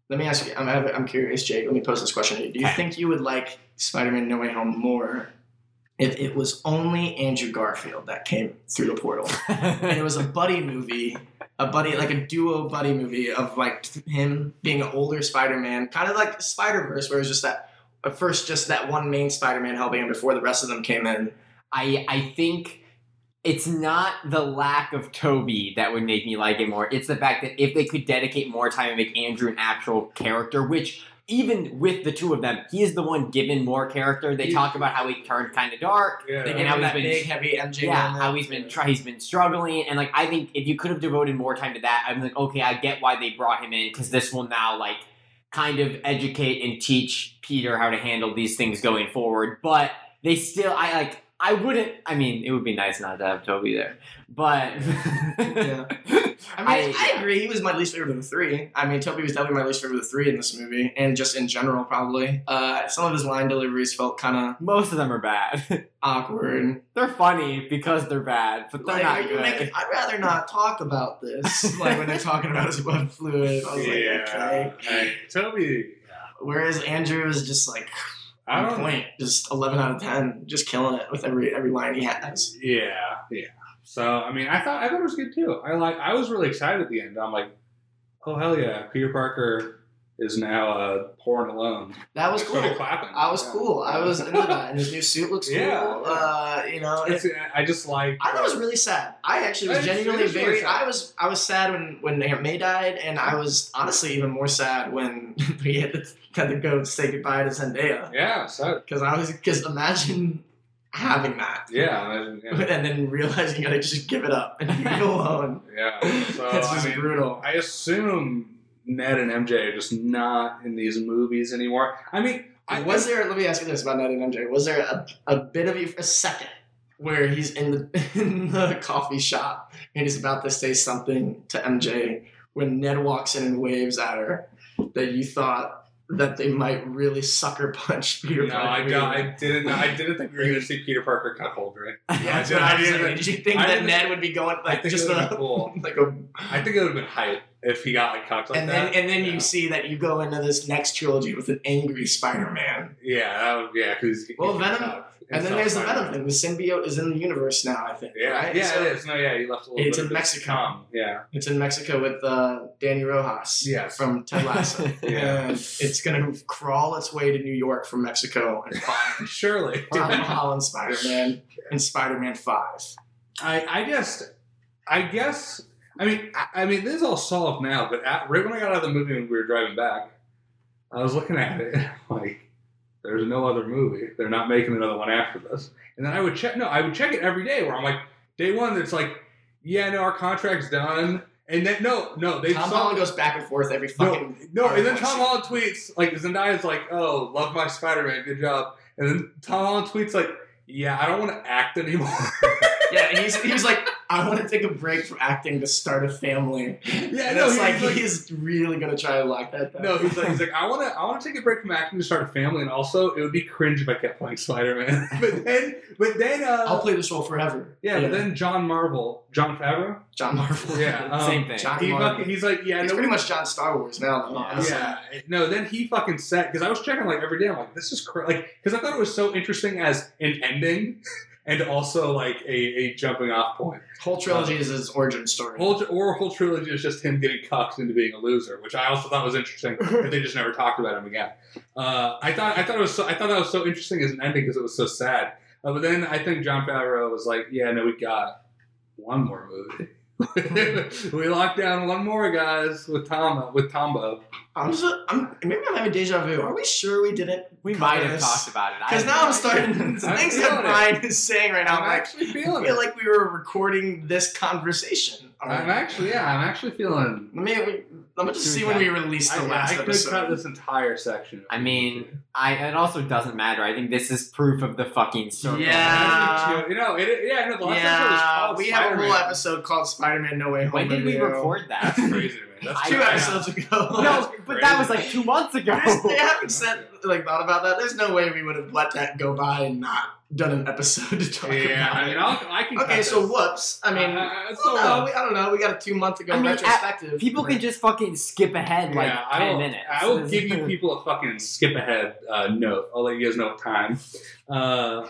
C: let me ask you, I'm, I'm curious, Jake. Let me pose this question to you. Do you
B: Okay.
C: think you would like Spider-Man: No Way Home more if it was only Andrew Garfield that came through the portal. And it was a buddy movie, a buddy like a duo buddy movie of like him being an older Spider-Man, kind of like Spider Verse, where it was just that at first just that one main Spider-Man helping him before the rest of them came in.
B: I I think it's not the lack of Toby that would make me like it more. It's the fact that if they could dedicate more time and make Andrew an actual character, which even with the two of them, he is the one given more character. They
A: Yeah.
B: talk about how he turned kind of dark.
A: Yeah.
C: They
B: And
C: gave
B: how
C: him
B: he's
C: that
B: been-
C: big heavy MJ.
B: Yeah,
A: uh,
C: moment.
B: how he's been try, he's been struggling, and like I think if you could have devoted more time to that, I'm like, okay, I get why they brought him in because this will now like kind of educate and teach Peter how to handle these things going forward. But they still, I like, I wouldn't. I mean, it would be nice not to have Toby there, but
C: Yeah. I mean, I, agree. He was my least favorite of the three. I mean, Toby was definitely my least favorite of the three in this movie, and just in general, probably. Uh, some of his line deliveries felt kind of
B: most of them are bad.
C: awkward.
B: they're funny because they're bad, but they're
C: Like,
B: not
C: are you
B: good.
C: making- I'd rather not talk about this. like when they're talking about his blood fluid, I was like, okay.
A: yeah. Hey, Toby.
C: Whereas Andrew is just like
A: I
C: on
A: don't.
C: point, just eleven out of ten, just killing it with every every line he has.
A: Yeah, yeah. So I mean, I thought I thought it was good too. I like. I was really excited at the end. I'm like, oh hell yeah, Peter Parker is now uh, pouring alone.
C: That was cool.
A: Started clapping.
C: I was
A: Yeah.
C: cool. I was into that, and his new suit looks
A: Yeah.
C: cool. Uh, you know, it-
A: It's, I just like.
C: I thought it was really sad. I actually was
A: It's-
C: genuinely
A: it's really
C: very.
A: sad.
C: I was I was sad when when Aunt May died, and I was honestly even more sad when we had to, had to go say goodbye to Zendaya.
A: yeah. So
C: Because I was because imagine having that,
A: yeah, imagine, yeah.
C: and then realizing you gotta just give it up and leave it alone.
A: yeah. So
C: That's
A: I
C: just
A: mean,
C: brutal.
A: I assume Ned and MJ are just not in these movies anymore. I mean, I
C: was there? Let me ask you this about Ned and MJ. Was there a, a bit of you a second where he's in the in the coffee shop and he's about to say something to MJ when Ned walks in and waves at her that you thought that they might really sucker punch Peter
A: no, I,
C: Parker?
A: don't- I didn't. I didn't think we were going to see Peter Parker cut hold. Right?
C: Yeah, that's
A: I
C: what I was
A: didn't-
C: saying. Did you think
A: I
C: that
A: didn't-
C: Ned would be going
A: I
C: like
A: think
C: just
A: it would have
C: a
A: been cool.
C: like a
A: I think it would have been hype if he got like cocked like
C: and
A: that.
C: then and then
A: Yeah.
C: you see that you go into this next trilogy with an angry Spider-Man.
A: Yeah, that would, yeah, because
C: Well, Venom- And then there's the Venom thing. The symbiote is in the universe now, I think.
A: Yeah,
C: right?
A: yeah,
C: So
A: it is. No, yeah, he left a little.
C: It's in
A: bit of his
C: Mexico.
A: cum. Yeah,
C: It's in Mexico with uh, Danny Rojas
A: Yes.
C: from Ted Lasso.
A: Yeah.
C: And it's going to crawl its way to New York from Mexico and find
A: surely.
C: Tom Holland Spider Man and Spider Man 5.
A: I, I just, I guess, I mean, I, I mean, this is all solved now. But at, right when I got out of the movie and we were driving back, I was looking at it like, there's no other movie. They're not making another one after this. And then I would check. No, I would check it every day. Where I'm like, day one, it's like, yeah, no, our contract's done. And then no, no, they
C: Tom
A: solved-
C: Holland goes back and forth every
A: No,
C: fucking.
A: no, and then
C: Alright,
A: Tom Holland tweets like Zendaya's like, "Oh, love my Spider-Man, good job." And then Tom Holland tweets like, "Yeah, I don't want to act anymore."
C: Yeah, and he's, he was like, I want to take a break from acting to start a family.
A: yeah,
C: And
A: no,
C: it's
A: he's
C: like,
A: like,
C: he is really going to try to lock that down.
A: no, he's like, he's like, I want to, I want to take a break from acting to start a family, and also it would be cringe if I kept playing Spider-Man. but then, but then, uh,
C: I'll play this role forever.
A: yeah, but then John Marvel, John Favreau,
C: John Marvel.
A: yeah, um,
B: Same thing.
C: John
A: He
C: Marvel.
A: fucking, he's like, yeah,
C: It's
A: no,
C: pretty much John Star Wars now, though. honestly.
A: Yeah, no. Then he fucking said because I was checking like every day. I'm like, this is cra like because I thought it was so interesting as an ending and also like a, a jumping off point.
C: Whole trilogy is his origin story.
A: Whole tr- or whole trilogy is just him getting cucked into being a loser, which I also thought was interesting. if they just never talked about him again. Uh, I thought I thought it was so, I thought that was so interesting as an ending because it was so sad. Uh, but then I think John Favreau was like, yeah, no, we got one more movie. we locked down one more guys with Tom with Tombo.
C: I'm just, I'm, maybe I'm having deja vu. Are we sure we didn't?
B: we
C: cover
B: might have
C: this?
B: talked about it I
C: Because
B: have
C: now
B: no
C: I'm
B: idea.
C: starting the things that
A: feeling it.
C: Brian is saying right now. I'm
A: I'm
C: like,
A: actually
C: I
A: feeling it.
C: feel like we were recording this conversation.
A: I'm actually, yeah, I'm actually feeling.
C: Let me let me just see when we release the
A: I,
C: last
A: I could
C: episode.
A: cut this entire section.
B: I mean, I it also doesn't matter. I think this is proof of the fucking circle.
C: Yeah.
A: you know, it, yeah, no, the last episode was
C: yeah,
A: called
C: we have
A: Spider-Man.
C: a whole episode called Spider-Man: No Way Home.
B: When did we
C: Video.
B: record that?
A: That's crazy, man. That's
B: I-
C: Two
A: crazy.
C: episodes ago.
B: no, but that was like two months ago.
C: There's- they haven't said like thought about that. There's no way we would have let that go by and not done an episode to talk
A: Yeah,
C: about
A: I mean,
C: it.
A: I'll, I can. cut
C: okay,
A: this.
C: so whoops. I mean,
A: Uh, uh, so
C: well, no, we, I don't know. We got a two month ago
B: I mean, at-
C: retrospective.
B: People can just fucking skip ahead like
A: yeah,
B: ten
A: I will,
B: minutes.
A: I will give you people a fucking skip ahead uh, note. I'll let you guys know what time. Uh,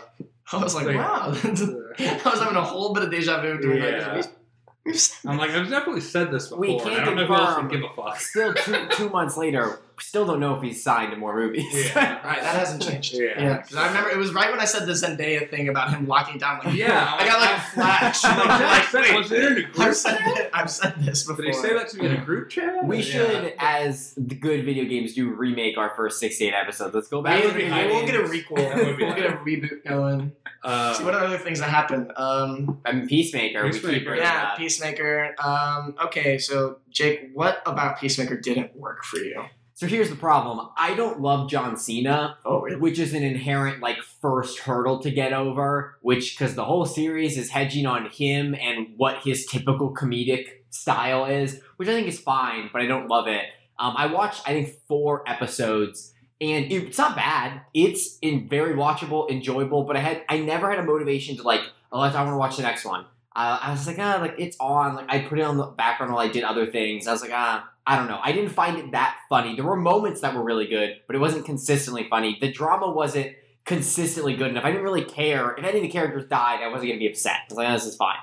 C: I was like,
A: Like-
C: wow. I was having a whole bit of deja vu doing that.
A: Yeah.
C: 'cause we- we've-
A: I'm like, I've definitely said this before.
B: We
A: and
B: can't
A: I don't know who else would
B: confirm.
A: give a fuck.
B: Still, two, two months later, still don't know if he's signed to more movies.
A: Yeah.
C: Right, that hasn't changed.
A: Yeah.
C: because I remember it was right when I said the Zendaya thing about him locking down. Like,
A: Yeah,
C: I got like a flash.
A: I'm
C: I'm
A: like, I
C: like,
A: said,
C: wait,
A: was there in a
C: I've
A: group
C: said
A: chat?
C: that, I've said this before.
A: Did he say that to me in a group chat?
B: we
A: Yeah.
B: should, as the good video games do, remake our first 68 episodes. Let's go back
A: That
B: to
A: would
B: the
A: be
B: beginning.
C: We'll get a requel.
A: That would be
C: We'll get a reboot going. See
A: Uh,
C: what other things that happened. Um,
B: I mean, Peacemaker. We keep
A: Peacemaker.
B: bringing
C: yeah,
B: up.
C: Peacemaker. Um, okay, so Jake, what about Peacemaker didn't work for you?
B: So here's the problem. I don't love John Cena,
C: Oh, really?
B: which is an inherent like first hurdle to get over, which because the whole series is hedging on him and what his typical comedic style is, which I think is fine, but I don't love it. Um, I watched I think four episodes, and it's not bad. It's in very watchable, enjoyable, but I had I never had a motivation to like, oh, I want to watch the next one. Uh, I was like, ah, like it's on. Like I put it on the background while I did other things. I was like, ah, I don't know. I didn't find it that funny. There were moments that were really good, but it wasn't consistently funny. The drama wasn't consistently good enough. I didn't really care. If any of the characters died, I wasn't going to be upset. I was like, oh, this is fine.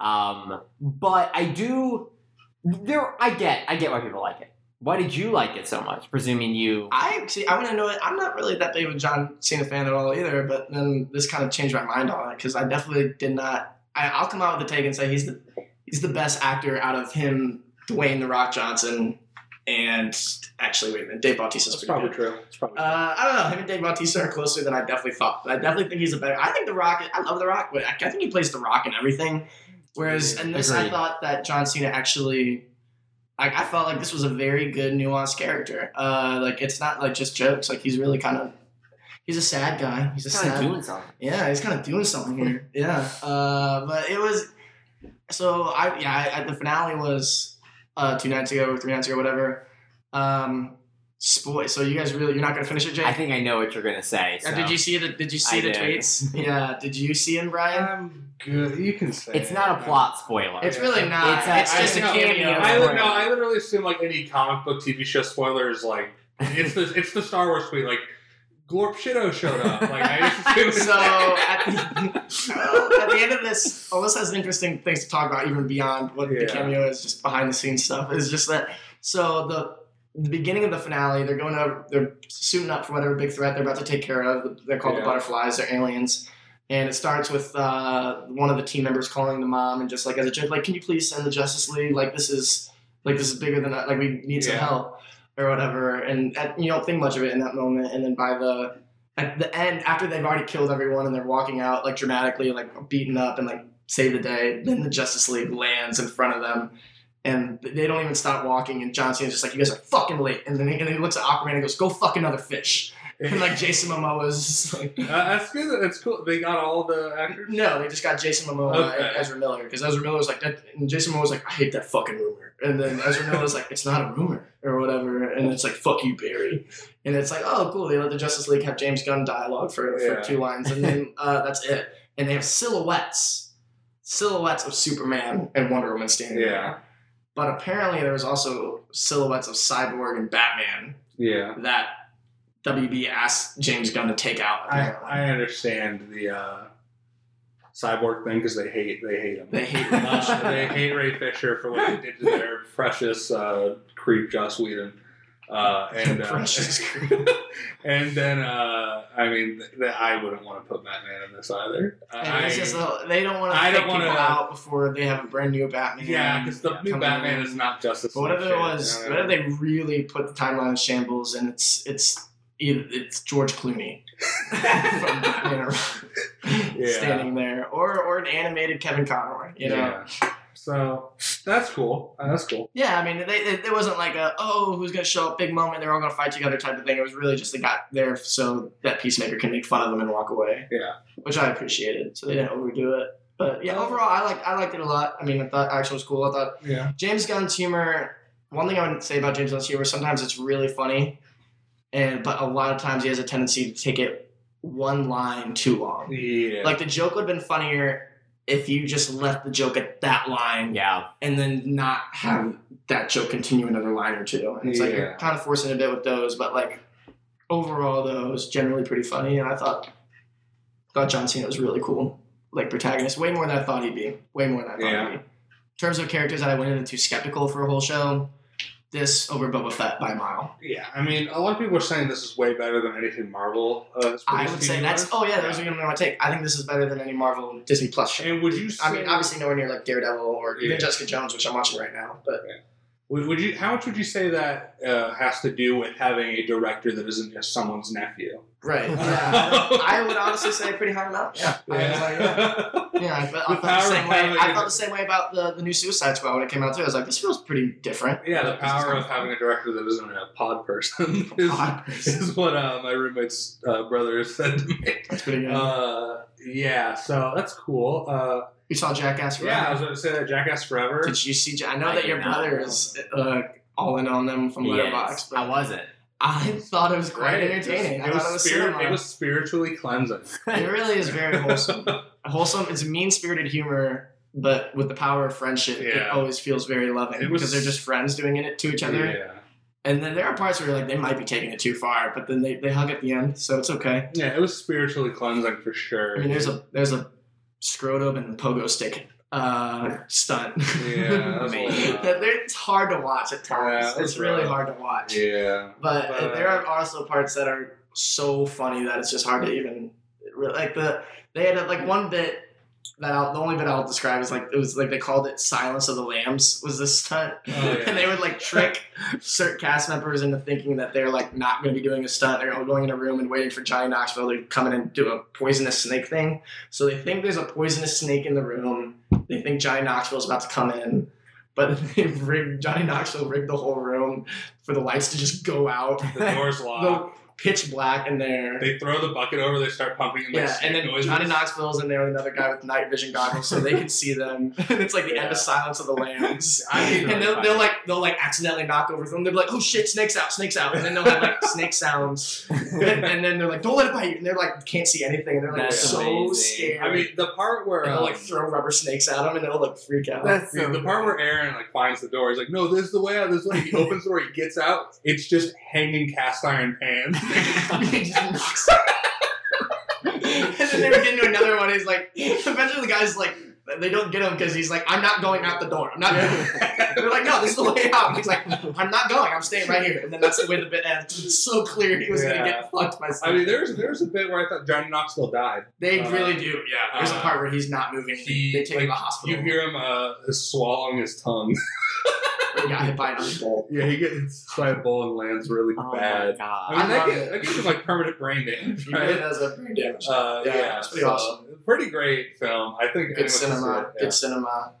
B: Um, but I do. There, I get, I get why people like it. Why did you like it so much? Presuming you,
C: I see. I want to know. it. I'm not really that big of a John Cena fan at all either. But then this kind of changed my mind on it because I definitely did not. I, I'll come out with a take and say he's the he's the best actor out of him, Dwayne the Rock Johnson, and actually wait a minute, Dave Bautista.
A: that's probably true. It's probably true.
C: Uh, I don't know. Him and Dave Bautista are closer than I definitely thought. I definitely think he's a better. I think The Rock. I love The Rock, but I, I think he plays The Rock in everything. Whereas
A: Yeah,
C: in this, I
B: agreed.
C: thought that John Cena actually, like, I felt like this was a very good nuanced character. Uh, like, it's not like just jokes. Like, he's really kind of, he's a sad guy. He's a
B: kind of
C: sad.
B: doing something.
C: yeah, he's kind of doing something here. Yeah. Uh, but it was, so I yeah, I, I, the finale was uh, two nights ago, three nights ago, whatever. Um, spoil. So you guys really, you're not gonna finish it, Jake?
B: I think I know what you're gonna say.
C: Uh,
B: so.
C: Did you see the Did you see
B: I
C: the
B: did.
C: tweets? Yeah. Did you see him, Brian?
A: I'm good. You can say
B: It's
A: it.
B: not a plot spoiler.
C: It's really not.
B: It's
C: It's,
B: a- I
C: just a
A: know.
C: cameo.
A: I li- no, I literally assume like any comic book TV show spoiler is like it's the it's the Star Wars tweet like Glorp Shido showed up. Like I just assume it's
C: so at the, at the end of this, almost has interesting things to talk about, even beyond what the
A: Yeah.
C: cameo is, just behind the scenes stuff. Is just that. So the the beginning of the finale, they're going over, they're suiting up for whatever big threat they're about to take care of. They're called
A: Yeah.
C: the butterflies. They're aliens. And it starts with uh, one of the team members calling the mom and just like as a joke, like, "Can you please send the Justice League? Like this is like this is bigger than like we need some
A: Yeah.
C: help or whatever." And at, you don't think much of it in that moment. And then by the at the end, after they've already killed everyone and they're walking out like dramatically, like beaten up and like save the day, then the Justice League lands in front of them and they don't even stop walking. And John Cena's just like, "You guys are fucking late." And then he, and then he looks at Aquaman and goes, "Go fuck another fish." And like Jason Momoa is just like,
A: Uh, that's good. that- That's cool. They got all the actors.
C: "No, they just got Jason Momoa
A: Okay.
C: and Ezra Miller because Ezra Miller was like that." And Jason Momoa was like, "I hate that fucking rumor." And then Ezra Miller was like, "It's not a rumor or whatever." And it's like, "Fuck you, Barry." And it's like, "Oh, cool." They let the Justice League have James Gunn dialogue for,
A: Yeah.
C: for two lines, and then uh, that's it. And they have silhouettes, silhouettes of Superman and Wonder Woman standing there.
A: Yeah,
C: But apparently, there was also silhouettes of Cyborg and Batman
A: yeah.
C: that WB asked James Gunn to take out.
A: I
C: apparently.
A: I understand the uh, cyborg thing because they hate they hate him.
C: they hate
A: Uh,
C: him.
A: they hate Ray Fisher for what he did to their precious uh, creep Joss Whedon. Uh, and uh,
C: Precious
A: and then uh, I mean th- th- I wouldn't want to put Batman in this either.
C: And
A: I,
C: it's just the- they don't want to
A: I
C: take
A: don't
C: people
A: wanna-
C: out before they have a brand new Batman.
A: yeah, because the new
C: Come
A: Batman
C: on.
A: is not Justice.
C: But
A: League
C: whatever
A: shit,
C: it was,
A: you know?
C: whatever they really put the timeline in shambles, and it's it's it's George Clooney from Batman around-
A: Yeah.
C: standing there, or or an animated Kevin Conroy, you know.
A: Yeah. So that's cool. Uh, that's cool.
C: Yeah, I mean, they, they, it wasn't like a oh, who's gonna show up big moment? They're all gonna fight together type of thing. It was really just they got there so that Peacemaker can make fun of them and walk away.
A: Yeah.
C: which I appreciated. So they didn't overdo it. But yeah,
A: Yeah.
C: overall, I liked I liked it a lot. I mean, I thought action was cool. I thought
A: Yeah.
C: James Gunn's humor. One thing I would say about James Gunn's humor: sometimes it's really funny, and but a lot of times he has a tendency to take it one line too long.
A: Yeah.
C: Like the joke would have been funnier if you just left the joke at that line
B: Yeah,
C: and then not have that joke continue another line or two. And it's like you're
A: Yeah.
C: kind of forcing it a bit with those, but like overall, though, it was generally pretty funny. And I thought thought John Cena was really cool, like protagonist, way more than I thought he'd be. Way more than I thought
A: Yeah.
C: he'd be. In terms of characters that I went into too skeptical for a whole show, this over Boba Fett by a mile.
A: Yeah, I mean, a lot of people are saying this is way better than anything Marvel. Uh, has
C: I would
A: produced
C: say that's.
A: TV-wise.
C: Oh yeah, that was gonna be my take. I think this is better than any Marvel Disney Plus show.
A: And would you? Say,
C: I mean, obviously nowhere near like Daredevil or
A: uh, Yeah.
C: even Jessica Jones, which I'm watching right now. But
A: would, would you? How much would you say that uh, has to do with having a director that isn't just someone's nephew?
C: right, yeah, I would honestly say pretty high amount. Yeah, I was like, yeah. Yeah, I felt, I
A: The
C: felt the
A: power
C: same
A: of
C: way.
A: having
C: I
A: a-
C: felt the same way about the, the new Suicide Squad when it came out too. I was like, this feels pretty different.
A: Yeah, the
C: This is
A: power
C: kinda
A: of having a director that isn't a pod person
C: cool.
A: is,
C: God,
A: is what uh, my roommate's uh, brother said to me.
C: That's pretty good.
A: Uh, yeah, so that's cool. Uh,
C: you saw Jackass? Forever?
A: yeah, I was going to say that Jackass Forever.
C: Did you see? Ja- I know
B: I
C: that
B: did
C: your
B: not.
C: brother is uh, all in on them from Letterboxd,
B: Yes. How
C: but
B: was it?
C: I thought it was quite
A: Great.
C: entertaining.
A: It
C: I
A: was,
C: thought it was
A: spirit,
C: cinema.
A: it was spiritually cleansing.
C: It really is very wholesome. wholesome. It's mean spirited humor, but with the power of friendship, it
A: Yeah.
C: always feels very loving
A: It was-
C: because they're just friends doing it to each other.
A: Yeah.
C: And then there are parts where you're like, they might be taking it too far, but then they, they hug at the end, so it's okay.
A: yeah, it was spiritually cleansing for sure.
C: I mean, there's a there's a scrotum and pogo stick uh, stunt.
A: Yeah, that's
B: Amazing.
C: That- they're- it's hard to watch at
A: Yeah,
C: times.
A: that's
C: it's really
A: rough.
C: hard to watch.
A: yeah. Oh,
C: But,
A: But-
C: there are also parts that are so funny that it's just hard to even like the they had like one bit that I'll, the only bit I'll describe is like it was like they called it Silence of the Lambs was this stunt.
A: Oh,
C: And
A: yeah.
C: they would like trick certain cast members into thinking that they're like not going to be doing a stunt. They're all going in a room and waiting for Johnny Knoxville to come in and do a poisonous snake thing. So they think there's a poisonous snake in the room. They think Johnny Knoxville's about to come in, but they rigged Johnny Knoxville rigged the whole room for the lights to just go out,
A: The doors locked.
C: the pitch black in there.
A: They throw the bucket over, they start pumping and
C: yeah, and then
A: noises.
C: Johnny Knoxville's in there with another guy with night vision goggles, so they can see them. And it's like the end
A: Yeah.
C: of Silence of the Lambs
A: I mean,
C: and they'll, they'll like they'll like accidentally knock over something. They'll be like, "Oh shit, snakes out, snakes out!" And then they'll have like snake sounds, and, and then they're like, "Don't let it bite you!" And they're like, "Can't see anything." And they're like
B: That's
C: so
B: amazing.
C: scared.
A: I mean, the part where
C: and they'll
A: um,
C: like throw rubber snakes at them, and they'll like freak out.
A: Yeah, the part where Aaron like finds the door, he's like, "No, this is the way out. This is the way." He opens the door, he gets out. It's just hanging cast iron pans.
C: He just knocks them. and then they were getting to another one. He's like, eventually the guy's like, they don't get him because he's like, I'm not going out the door. I'm not. Going. They're like, no, this is the way out. And he's like, I'm not going. I'm staying right here. And then that's the way the bit ends. It's so clear he was
A: Yeah.
C: gonna get fucked by.
A: I
C: Something.
A: mean, there's there's a bit where I thought Johnny Knoxville died.
C: They
A: Uh,
C: really do, yeah. There's a
A: uh,
C: part where he's not moving.
A: he-
C: they take him to the
A: like,
C: hospital.
A: You hear him uh, swallowing his tongue.
C: he got hit by another bolt.
A: yeah, he gets hit by a bull and lands really
B: Oh
A: bad.
B: my god.
A: I mean, that,
C: love
A: gives,
C: it.
A: that gives him like permanent brain damage,
C: He
A: right?
C: really does have brain damage.
A: Uh,
C: Yeah,
A: yeah,
C: it's pretty
A: so,
C: awesome.
A: Pretty great film. I think anyone
C: good
A: should
C: cinema.
A: see it,
C: Good cinema.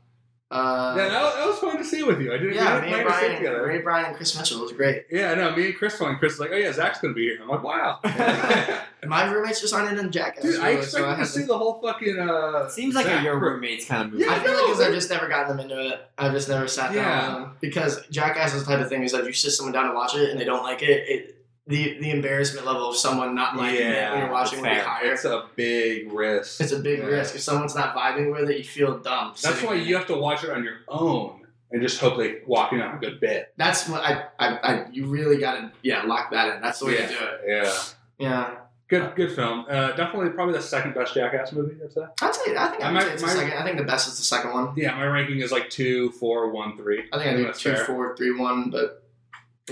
C: Uh,
A: Yeah, yeah that, was- that was fun to see with you. I didn't. we
C: yeah,
A: didn't
C: me and
A: plan to see it
C: Brian,
A: together.
C: Ray Brian and Chris Mitchell was great.
A: Yeah, no, me and Chris went. Chris was like, oh yeah, Zach's gonna be here. I'm like, wow.
C: My roommates just aren't in Jackass.
A: Dude, I
C: really, so
A: expected
C: had
A: to see the whole fucking. uh
B: Seems like
A: Zach
B: a your
A: Br-
B: roommate's kind of movie.
A: Yeah.
C: I feel like because
A: No,
C: I've just never gotten them into it. I've just never sat down
A: Yeah.
C: with them. Because Jackass is the type of thing is that if you sit someone down to watch it and they don't like it, it the the embarrassment level of someone not liking it
A: Yeah,
C: when you're watching
B: it's
C: would be
B: fair.
C: higher.
A: It's a big risk.
C: It's a big
A: Yeah.
C: risk. If someone's not vibing with it, you feel dumb.
A: That's
C: So
A: why you have to watch it on your own and just hope they walk in on a good bit.
C: That's what I, I, I you really gotta yeah lock that in. That's the way
A: Yeah.
C: to do it.
A: Yeah.
C: Yeah,
A: Good, good film. Uh, definitely, probably the second best Jackass movie. I'd say.
C: I'd say I think
A: I
C: I would
A: might-
C: say it's the
A: my-
C: second. I think the best is the second one.
A: Yeah, my ranking is like two, four, one, three.
C: I think I do
A: that's
C: two,
A: fair.
C: four, three, one, but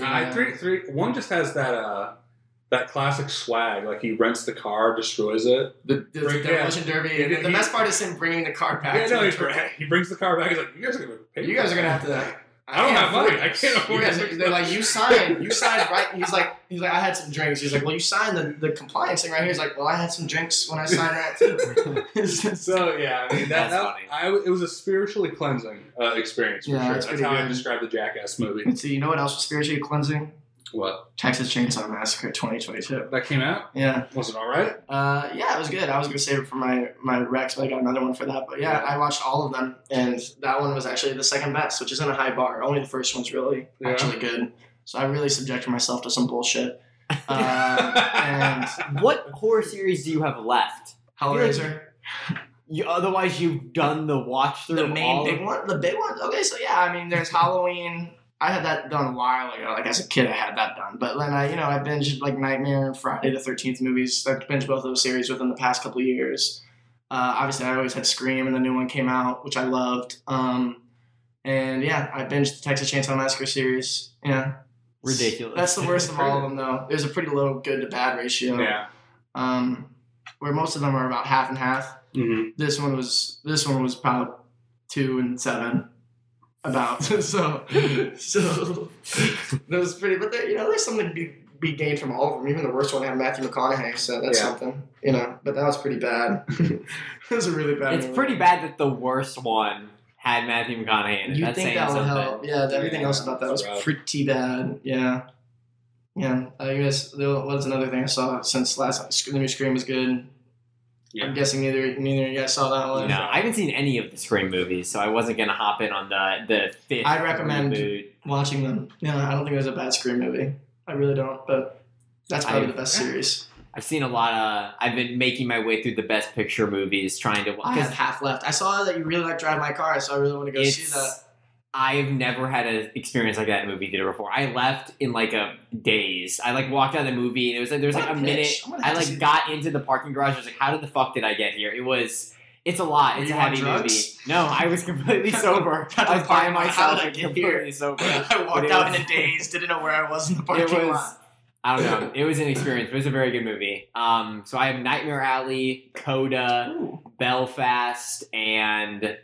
A: I three, three. One just has that uh, that classic swag. Like he rents the car, destroys it.
C: the, the
A: Bring-
C: demolition derby.
A: He-
C: and the
A: he-
C: best part is him bringing the car back.
A: Yeah,
C: to
A: no,
C: the
A: he's
C: truck.
A: right. He brings the car back. He's like, you guys are gonna pay.
C: You
A: for
C: guys are
A: that."
C: gonna have to.
A: I don't
C: can't
A: have money.
C: afford
A: I
C: this.
A: can't afford
C: You guys,
A: this.
C: they're like, you signed, you signed right. He's like, he's like, I had some drinks. He's like, well, you signed the, the compliance thing right here. He's like, well, I had some drinks when I signed that too. It's just-
A: So yeah, I mean that,
B: That's
A: that
B: funny.
A: I, it was a spiritually cleansing uh, experience for
C: Yeah,
A: sure.
C: it's
A: That's
C: pretty
A: how I
C: good.
A: describe the Jackass movie.
C: Let's see, you know what else was spiritually cleansing?
A: What
C: Texas Chainsaw Massacre 2022.
A: that came out?
C: Yeah.
A: Was it all right?
C: Uh, yeah, it was good. I was going to save it for my, my Rex, but I got another one for that. But yeah,
A: Yeah.
C: I watched all of them, and that one was actually the second best, which isn't a high bar. Only the first one's really
A: Yeah.
C: actually good. So I really subjected myself to some bullshit. Um, and
B: What horror series do you have left?
C: Hellraiser.
B: You, otherwise, you've done the watch through
C: The main
B: all
C: big one? The big one? Okay, so yeah, I mean, there's Halloween. I had that done a while ago. Like as a kid, I had that done. But then I, you know, I binged like Nightmare and Friday the Thirteenth movies. I've binged both of those series within the past couple of years. Uh, obviously, I always had Scream, and the new one came out, which I loved. Um, and yeah, I binged the Texas Chainsaw Massacre series. Yeah,
B: Ridiculous.
C: That's the worst of all of them, though. There's a pretty low good to bad ratio.
A: Yeah.
C: Um, where most of them are about half and half.
A: Mm-hmm.
C: This one was this one was about two and seven. About so so that was pretty. But there, you know, there's something to be, be gained from all of them. Even the worst one had Matthew McConaughey, so that's
A: Yeah.
C: something. You know, but that was pretty bad. it was a really bad.
B: It's
C: movie.
B: pretty bad that the worst one had Matthew McConaughey in it.
C: You
B: That's
C: think
B: saying
C: that would
B: something.
C: help? Yeah, everything
A: Yeah,
C: else about that
A: that's
C: was
A: rough.
C: pretty bad. Yeah, yeah. I guess the- what's another thing I saw since last Sc- the new Scream was good.
A: Yeah.
C: I'm guessing neither neither of you guys saw that one.
B: No, I haven't seen any of the Scream movies, so I wasn't gonna hop in on the the fifth.
C: I recommend-
B: reboot.
C: Watching them, yeah, I don't think it was a bad Scream movie. I really don't, but that's probably the best series.
B: I've seen a lot of. I've been making my way through the best picture movies, trying to
C: I have
B: watch.
C: half left. I saw that you really like Drive My Car, so I really want to go see that.
B: I've never had an experience like that in a movie theater before. I left in like a daze. I like walked out of the movie and it was like there was
C: What
B: like
C: a
B: a
C: bitch.
B: minute.
C: I'm gonna
B: I
C: have to see
B: like got into the parking garage. I was like, how did the fuck did I get here? It was. It's a lot.
C: Were
B: It's
C: you
B: a
C: on
B: heavy movie.
C: drugs?
B: No, I was completely sober.
C: Got to
B: I
C: the
B: was by
C: parking lot. How
B: myself.
C: did I
B: and
C: get
B: completely sober.
C: I walked
B: it
C: out
B: was-
C: in a daze, didn't know where I was in the parking
B: it was
C: lot.
B: I don't know. It was an experience. It was a very good movie. Um, so I have Nightmare Alley, Coda,
C: Ooh.
B: Belfast, and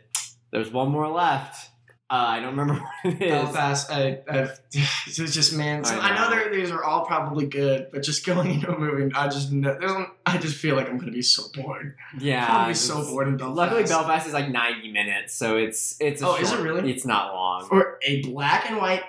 B: there's one more left. Uh, I don't remember what it is.
C: Belfast, I, I've, it was just man. So
B: I
C: I know,
B: know.
C: they're- these are all probably good, but just going into a movie, I just know, there's, I just feel like I'm gonna be so bored.
B: Yeah,
C: I'm gonna be
B: it's-
C: so bored in Belfast.
B: Luckily, Belfast is like 90 minutes, so it's it's. A
C: Oh, is it
B: short-
C: really?
B: It's not long.
C: for a black and white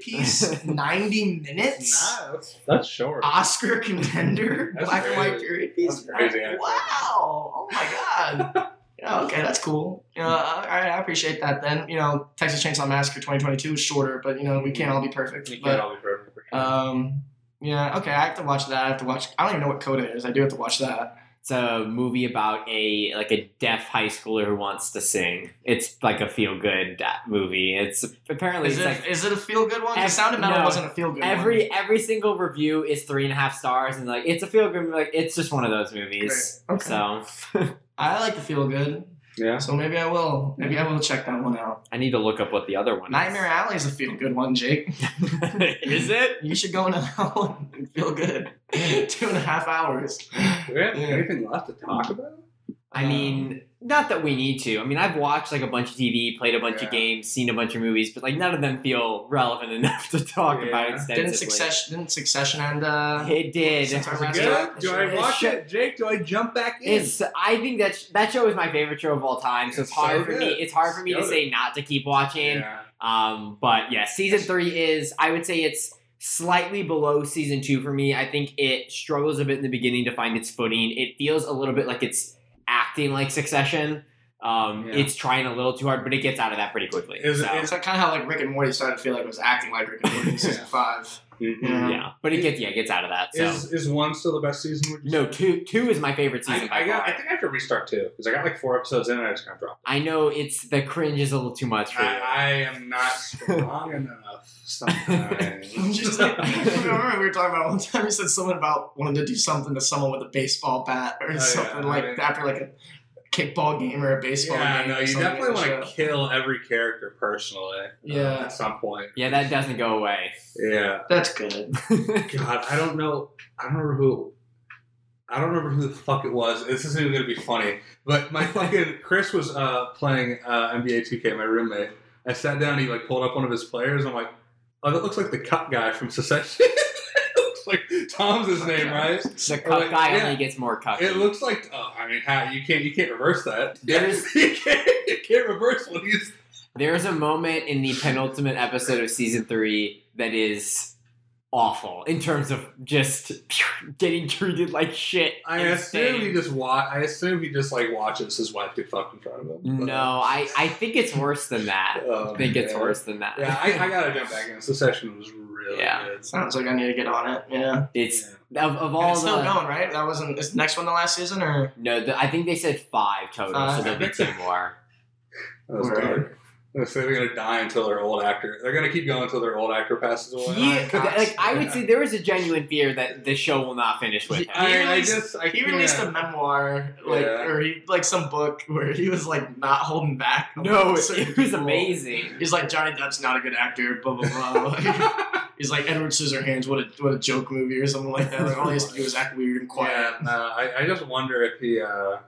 C: piece, 90 minutes,
A: Nah, that's, that's short.
C: Oscar contender,
A: That's
C: black and white
A: crazy.
C: period piece.
A: That's crazy, actually.
C: wow! Oh my god. Yeah, okay, that's cool. You know, all right, I appreciate that. Then you know, Texas Chainsaw Massacre 2022 is shorter, but you know, we can't all be perfect.
A: You
C: but-
A: can't all be perfect for sure.
C: Um, yeah, okay, I have to watch that. I have to watch. I don't even know what Coda is. I do have to watch that.
B: It's a movie about a like a deaf high schooler who wants to sing. It's like a feel good movie. It's apparently
C: Is
B: it's
C: it,
B: like
C: is it a feel good one?
B: Ev-
C: It sounded metal
B: no.
C: wasn't a feel good one.
B: every every single review is three and a half stars, and like it's a feel good. Like it's just one of those movies.
C: Great. Okay.
B: So
C: I like the feel good,
A: yeah.
C: so maybe I will. Maybe I will check that one out.
B: I need to look up what the other one.
C: Nightmare Alley is a feel good one, Jake.
B: is. is it?
C: You should go into that one and feel good. Two and a half hours.
A: Do we have
C: Yeah.
A: anything left to talk about?
B: I mean, not that we need to. I mean, I've watched like a bunch of TV, played a bunch
A: Yeah.
B: of games, seen a bunch of movies, but like none of them feel relevant enough to talk
A: Yeah.
B: about
A: Didn't
B: extensively.
C: didn't succession didn't succession end? Uh,
B: It did.
C: Since our
A: Is it
C: last
A: good? Do I
C: It's
A: watch
B: shit.
A: it, Jake? Do I jump back in?
B: It's. I think that sh- that show is my favorite show of all time. So it's
A: It's so
B: hard for me.
A: good.
B: It's hard for me to
A: So
B: say not to keep watching.
A: yeah.
B: Um, but yeah, season three is I would say it's slightly below season two for me. I think it struggles a bit in the beginning to find its footing. It feels a little bit like it's acting like Succession. Um,
A: Yeah.
B: It's trying a little too hard, but it gets out of that pretty quickly.
A: Is-
B: so,
C: It's like kind of how like Rick and Morty started to feel like it was acting like Rick and Morty in season
A: Yeah.
C: five.
A: Mhm.
B: yeah, but it gets yeah, it gets out of that. So
A: Is is one still the best season? would you
B: no,
A: say?
B: two two is my favorite season.
A: I,
B: by
A: I, got, I
B: far.
A: think I have to restart two because I got like four episodes in and I just kind of dropped.
B: I know it's the cringe is a little too much for you.
A: I, I am not strong enough sometimes.
C: I'm just like, remember we were talking about one time you said something about wanting to do something to someone with a baseball bat or
A: Oh, yeah,
C: something
A: I
C: like
A: mean-
C: after like a kickball game or a baseball
A: yeah,
C: game.
A: no,
C: or
A: you
C: something
A: definitely
C: in the
A: want to
C: show.
A: kill every character personally. uh,
C: Yeah.
A: at some point.
B: yeah, that doesn't go away.
A: Yeah.
C: That's good.
A: God, I don't know. I don't remember who. I don't remember who the fuck it was. This isn't even gonna be funny. But my fucking Chris was uh, playing uh, NBA 2K. My roommate. I sat down. He like pulled up one of his players. I'm like, oh, that looks like the cup guy from Secession. It looks like Tom's his name, right?
B: The
A: Or,
B: cuck
A: like,
B: guy
A: yeah.
B: only gets more cucky.
A: It looks like. Oh, I mean, how you can't you can't reverse that.
B: There's-
A: you can't you can't reverse what he's.
B: There's a moment in the penultimate episode of season three that is awful in terms of just getting treated like shit.
A: I
B: and
A: assume he
B: staying-
A: just watch. I assume he just like watches his wife get fucked in front of him. But, uh,
B: No, I, I think it's worse than that.
A: Oh,
B: I think it's
A: man.
B: worse than that.
A: Yeah, I, I gotta jump back in. Secession was really
B: Yeah.
A: good.
C: Sounds like I need to get on it. Yeah.
B: It's
A: Yeah.
B: of, of
C: And
B: all
C: it's
B: the
C: still going, right? That wasn't is the next one the last season or
B: no, the, I think they said five total,
C: Five.
B: so there'll be two more.
A: That was
C: Alright.
A: dark. So they're gonna die until their old actor. They're gonna keep going until their old actor passes away.
B: Yeah,
C: Cox,
B: th- like I would
A: yeah.
B: say, there is a genuine fear that the show will not finish with him.
A: I, I
C: released-
A: just I
C: He released
A: can't.
C: a memoir, like
A: Yeah.
C: or he like some book where he was like not holding back.
B: No, it,
C: Certain
B: it was
C: people.
B: amazing.
C: He's like Johnny Depp's not a good actor, blah blah blah. Like, he's like Edward Scissorhands, what a what a joke movie or something like that. Like all he has to do is act weird and quiet.
A: Yeah, no, I, I just wonder if he. Uh,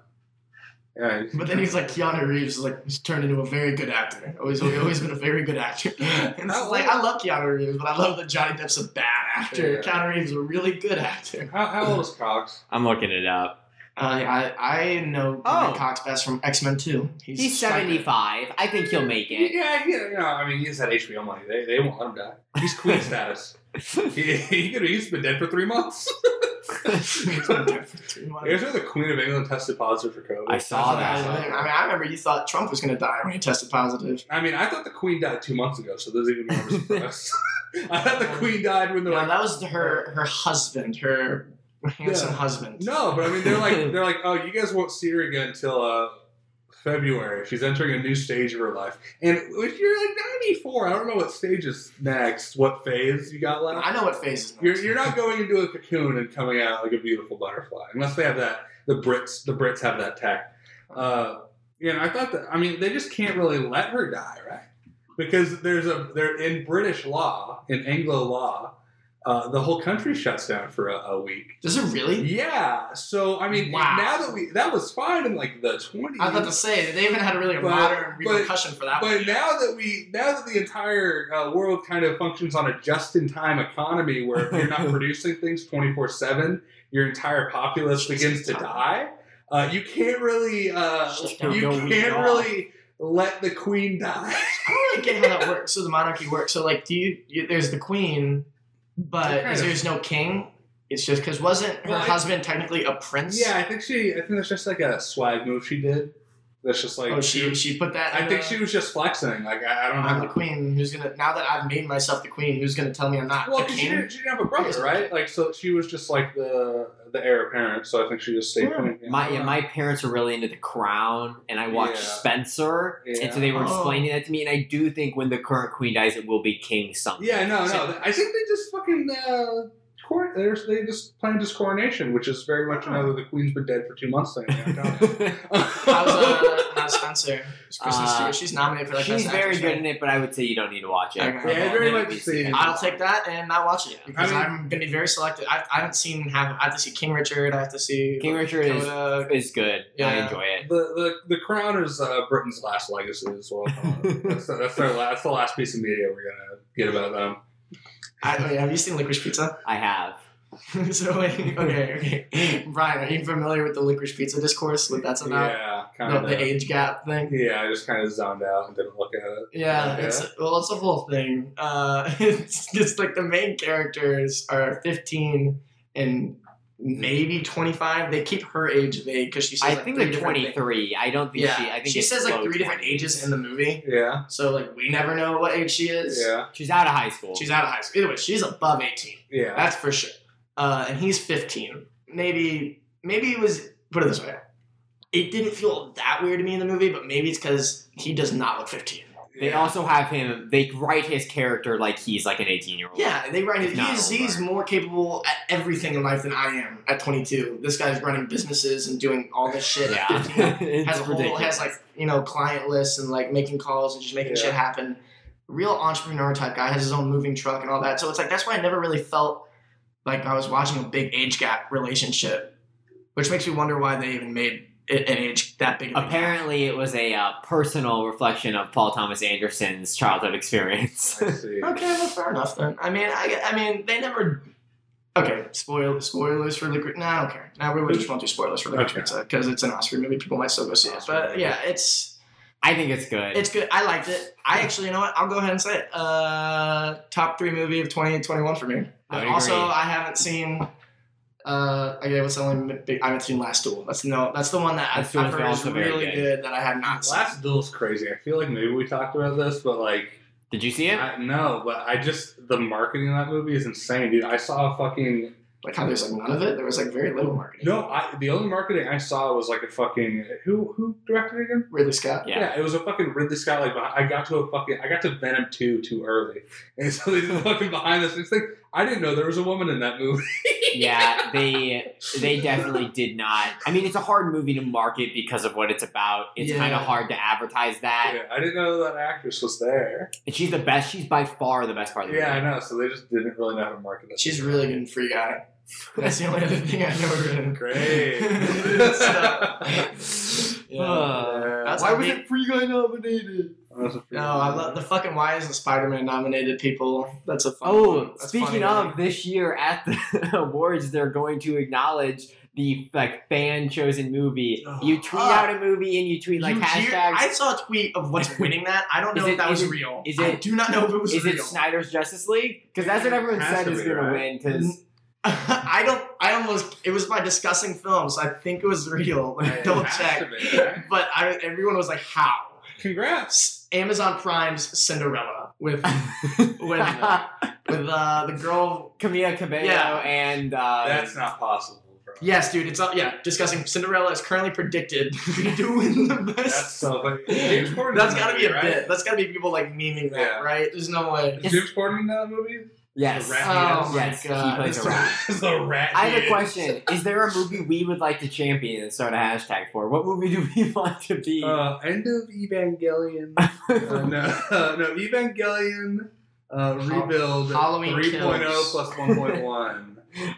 A: yeah,
C: But then he's like Keanu Reeves, is like he's turned into a very good actor. Always, he's always been a very good actor. And it's
A: How
C: like
A: old-
C: I love Keanu Reeves, but I love that Johnny Depp's a bad actor.
A: Yeah.
C: Keanu Reeves is a really good actor.
A: How, how old is Cox?
B: I'm looking it up.
C: Uh, I I, I know
B: Oh.
C: Cox Cox best from X Men Two. He's,
B: He's
C: Striker.
B: 75. I think he'll make it.
A: Yeah, he, you know, I mean, he's had HBO money. They, they won't let him die. He's queen status. He, he could, he's been dead for three months.
C: He's been dead for three months.
A: Here's where the Queen of England tested positive for COVID.
B: I saw
C: I
B: that.
C: mean, I remember you thought Trump was going to die when he tested positive.
A: I mean, I thought the Queen died two months ago, so there's even more of a surprise. I thought the Queen died when they
C: No,
A: were like,
C: that was her her husband, her handsome
A: Yeah.
C: husband.
A: no, but I mean, they're like, they're like, oh, you guys won't see her again until uh, February. She's entering a new stage of her life, and if you're like 94, I don't know what stage is next, what phase you got left.
C: I know what phase is.
A: You're, you're not going into a cocoon and coming out like a beautiful butterfly, unless they have that. The Brits, the Brits have that tech. Uh, you know, I thought that. I mean, they just can't really let her die, right? Because there's a there in British law, in Anglo law, uh, the whole country shuts down for a, a week.
C: Does it really?
A: Yeah. So I mean,
C: Wow.
A: now that we that was fine in like the 20s.
C: I was about to say they even had a really
A: But-
C: modern
A: but-
C: repercussion for that. one.
A: But now that we now that the entire uh, world kind of functions on a just-in-time economy where if you're not producing things 24/7, your entire populace begins to die. Uh, you can't really uh,
C: Just
A: you
C: don't
B: go week
A: can't
B: off.
A: really let the queen die.
C: I don't really get how that works. So the monarchy works. So like, do you? you there's the queen, but
A: Okay.
C: is there's no king. It's just because wasn't her
A: Well, I-
C: husband technically a prince?
A: yeah, I think she I think that's just like a swag move she did. That's just like
C: Oh, she she put that.
A: I
C: in
A: think
C: the-
A: she was just flexing. Like I, I don't
C: I'm
A: have
C: the queen. Who's gonna? Now that I've made myself the queen, who's gonna tell me I'm not
A: Well,
C: a
A: 'cause she
C: king?
A: didn't, she didn't have a brother, right? Like, so she was just like the the heir apparent. So I think she just stayed.
C: Yeah.
A: queen.
B: My yeah, my parents were really into The Crown, and I watched
A: Yeah.
B: Spencer, and so they were
C: Yeah. Oh.
B: explaining that to me. And I do think when the current queen dies, it will be King something.
A: Yeah, no,
C: So-
A: no. I think they just fucking uh, cor- there's- they just planned his coronation, which is very much another the queen's been dead for two months thing. you know?
C: How's uh, how's Spencer? Is Kristen
B: Uh,
C: Stewart. She's nominated for like
B: She's
C: best
B: very
C: actress,
B: good
C: right?
B: in it, but I would say you don't need to watch it.
C: Okay.
B: It's
C: Yeah,
B: on
A: very much
B: NBC.
A: seen.
C: I'll take that and not watch it because
A: I mean-
C: I'm gonna be very selective. I, I haven't seen have I have to see King Richard. I have to see
B: King Richard is-
C: Coda.
B: It's good. I
C: Yeah.
B: enjoy
A: the,
B: it.
A: the the crown is uh, Britain's last legacy as well. that's, that's their la- that's the last piece of media we're gonna get about them.
C: I, wait, have you seen Licorice Pizza?
B: I have.
C: so wait, okay, okay. Brian, are you familiar with the Licorice Pizza discourse? What that's about?
A: yeah,
C: The,
A: kind
C: the
A: of.
C: age gap thing.
A: Yeah, I just kind of zoned out and didn't look at it.
C: Yeah,
A: Yeah.
C: it's well, it's a whole thing. Uh, it's just like the main characters are 15 and maybe 25. They keep her age vague because she says
B: I
C: like,
B: think
C: three
B: like
C: different things.
B: 23. I don't think
C: Yeah,
B: she. I think
C: she
B: it's
C: says like
B: low
C: three different
B: 20s.
C: ages in the movie,
A: Yeah,
C: so like we never know what age she is.
A: yeah,
B: She's out of high school.
C: She's out of high school. Either way, she's above 18.
A: yeah.
C: That's for sure. Uh, and he's 15. Maybe, maybe it was, put it this way. It didn't feel that weird to me in the movie, but maybe it's because he does not look 15.
B: They
A: yeah.
B: also have him. They write his character like he's like an 18 year old.
C: Yeah, they write it.
B: If not
C: He's,
B: older.
C: he's more capable at everything in life than I am at 22. This guy's running businesses and doing all this shit at 15.
B: Yeah. it's
C: has a whole
B: ridiculous.
C: has like you know client lists and like making calls and just making
A: Yeah.
C: shit happen. Real entrepreneur type guy has his own moving truck and all that. So it's like that's why I never really felt like I was watching a big age gap relationship, which makes me wonder why they even made it an age that big. Of a gap.
B: Apparently, it was a uh, personal reflection of Paul Thomas Anderson's childhood experience.
A: I see.
C: Okay, well, fair enough then. I mean, I, I mean, they never. Okay, spoil spoilers for Liquid. Nah, I don't care. Nah, we we just won't do spoilers for Liquid
A: Okay.
C: Pizza because it's an Oscar movie. People might still go see it,
A: Oscar
C: but
A: movie.
C: yeah, it's.
B: I think it's good.
C: It's good. I liked it. I actually, you know what? I'll go ahead and say it. Uh, top three movie of 2021 for me.
B: I would
C: also,
B: agree.
C: I haven't seen. Uh, okay, what's the only big, I haven't seen Last Duel. That's no, that's the one that
B: Last Duel
C: I've, I've
B: is
C: heard is
B: also very
C: really
B: good.
C: good. that I have not seen.
A: Last duel's crazy. I feel like maybe we talked about this, but like
B: Did you see it?
A: I, no, but I just the marketing of that movie is insane, dude. I saw a fucking
C: Like how there's like none of it. There was like very little marketing.
A: No, I, the only marketing I saw was like a fucking who who directed it again?
C: Ridley Scott.
B: Yeah.
A: it was a fucking Ridley Scott. Like behind, I got to a fucking I got to Venom two too early, and so they did the fucking behind the scenes thing. I didn't know there was a woman in that movie.
B: yeah, they they definitely did not. I mean, it's a hard movie to market because of what it's about. It's
C: Yeah.
B: kind of hard to advertise that.
A: Yeah, I didn't know that actress was there.
B: And she's the best. She's by far the best part of the
A: Yeah, I
B: movie.
A: know. So they just didn't really know how to market it.
C: She's really good in Free Guy. That's the only other thing I know her in.
A: great.
C: So- yeah.
A: Yeah.
C: uh, That's- Why was
B: it Free Guy nominated?
C: No, I love the fucking why isn't Spider Man nominated people? That's a fun one.
B: Oh,
C: That's funny
B: speaking
C: to me.
B: of this year at the awards, they're going to acknowledge the like fan chosen movie.
C: Oh.
B: You tweet
C: Ah.
B: out a movie and you tweet like
C: You cheer-
B: hashtags.
C: I saw a tweet of what's winning that. I don't know
B: Is
C: if
B: it-
C: that
B: is
C: was
B: it-
C: real.
B: is
C: I
B: it-
C: do not know if it was
B: is
C: real.
B: it Snyder's Justice League? Because that's what everyone
A: Has
B: said
A: to
B: is
A: be,
B: going
A: right?
B: to win. Because
C: I don't. I almost. It was by discussing films. So I think it was real. Like,
A: It
C: double
A: has
C: check.
A: to be, right?
C: But I, everyone was like, "How?"
A: Congrats.
C: S- Amazon Prime's Cinderella with with uh, with uh, the girl.
B: Camila Cabello
C: Yeah.
B: and uh,
A: That's not possible, bro.
C: Yes, dude. It's up. Yeah, discussing Cinderella is currently predicted to win the best.
A: That's so funny. James Corden.
C: That's
A: in
C: gotta
A: that
C: be a
A: movie, right?
C: bit. That's gotta be people like memeing that,
A: Yeah.
C: right? There's no way.
A: Is James Corden in that movie?
B: yes.
A: The rat.
C: Oh my
B: Yes, uh, he
C: god.
B: plays
C: This-
B: a rat.
A: the rat.
B: I have
A: dude.
B: a question. Is there a movie we would like to champion and start a hashtag for? What movie do we want to be?
A: Uh, end of Evangelion. uh, no, no, Evangelion uh, rebuild
C: Halloween
A: 3.0
C: Kills.
A: plus 1.1.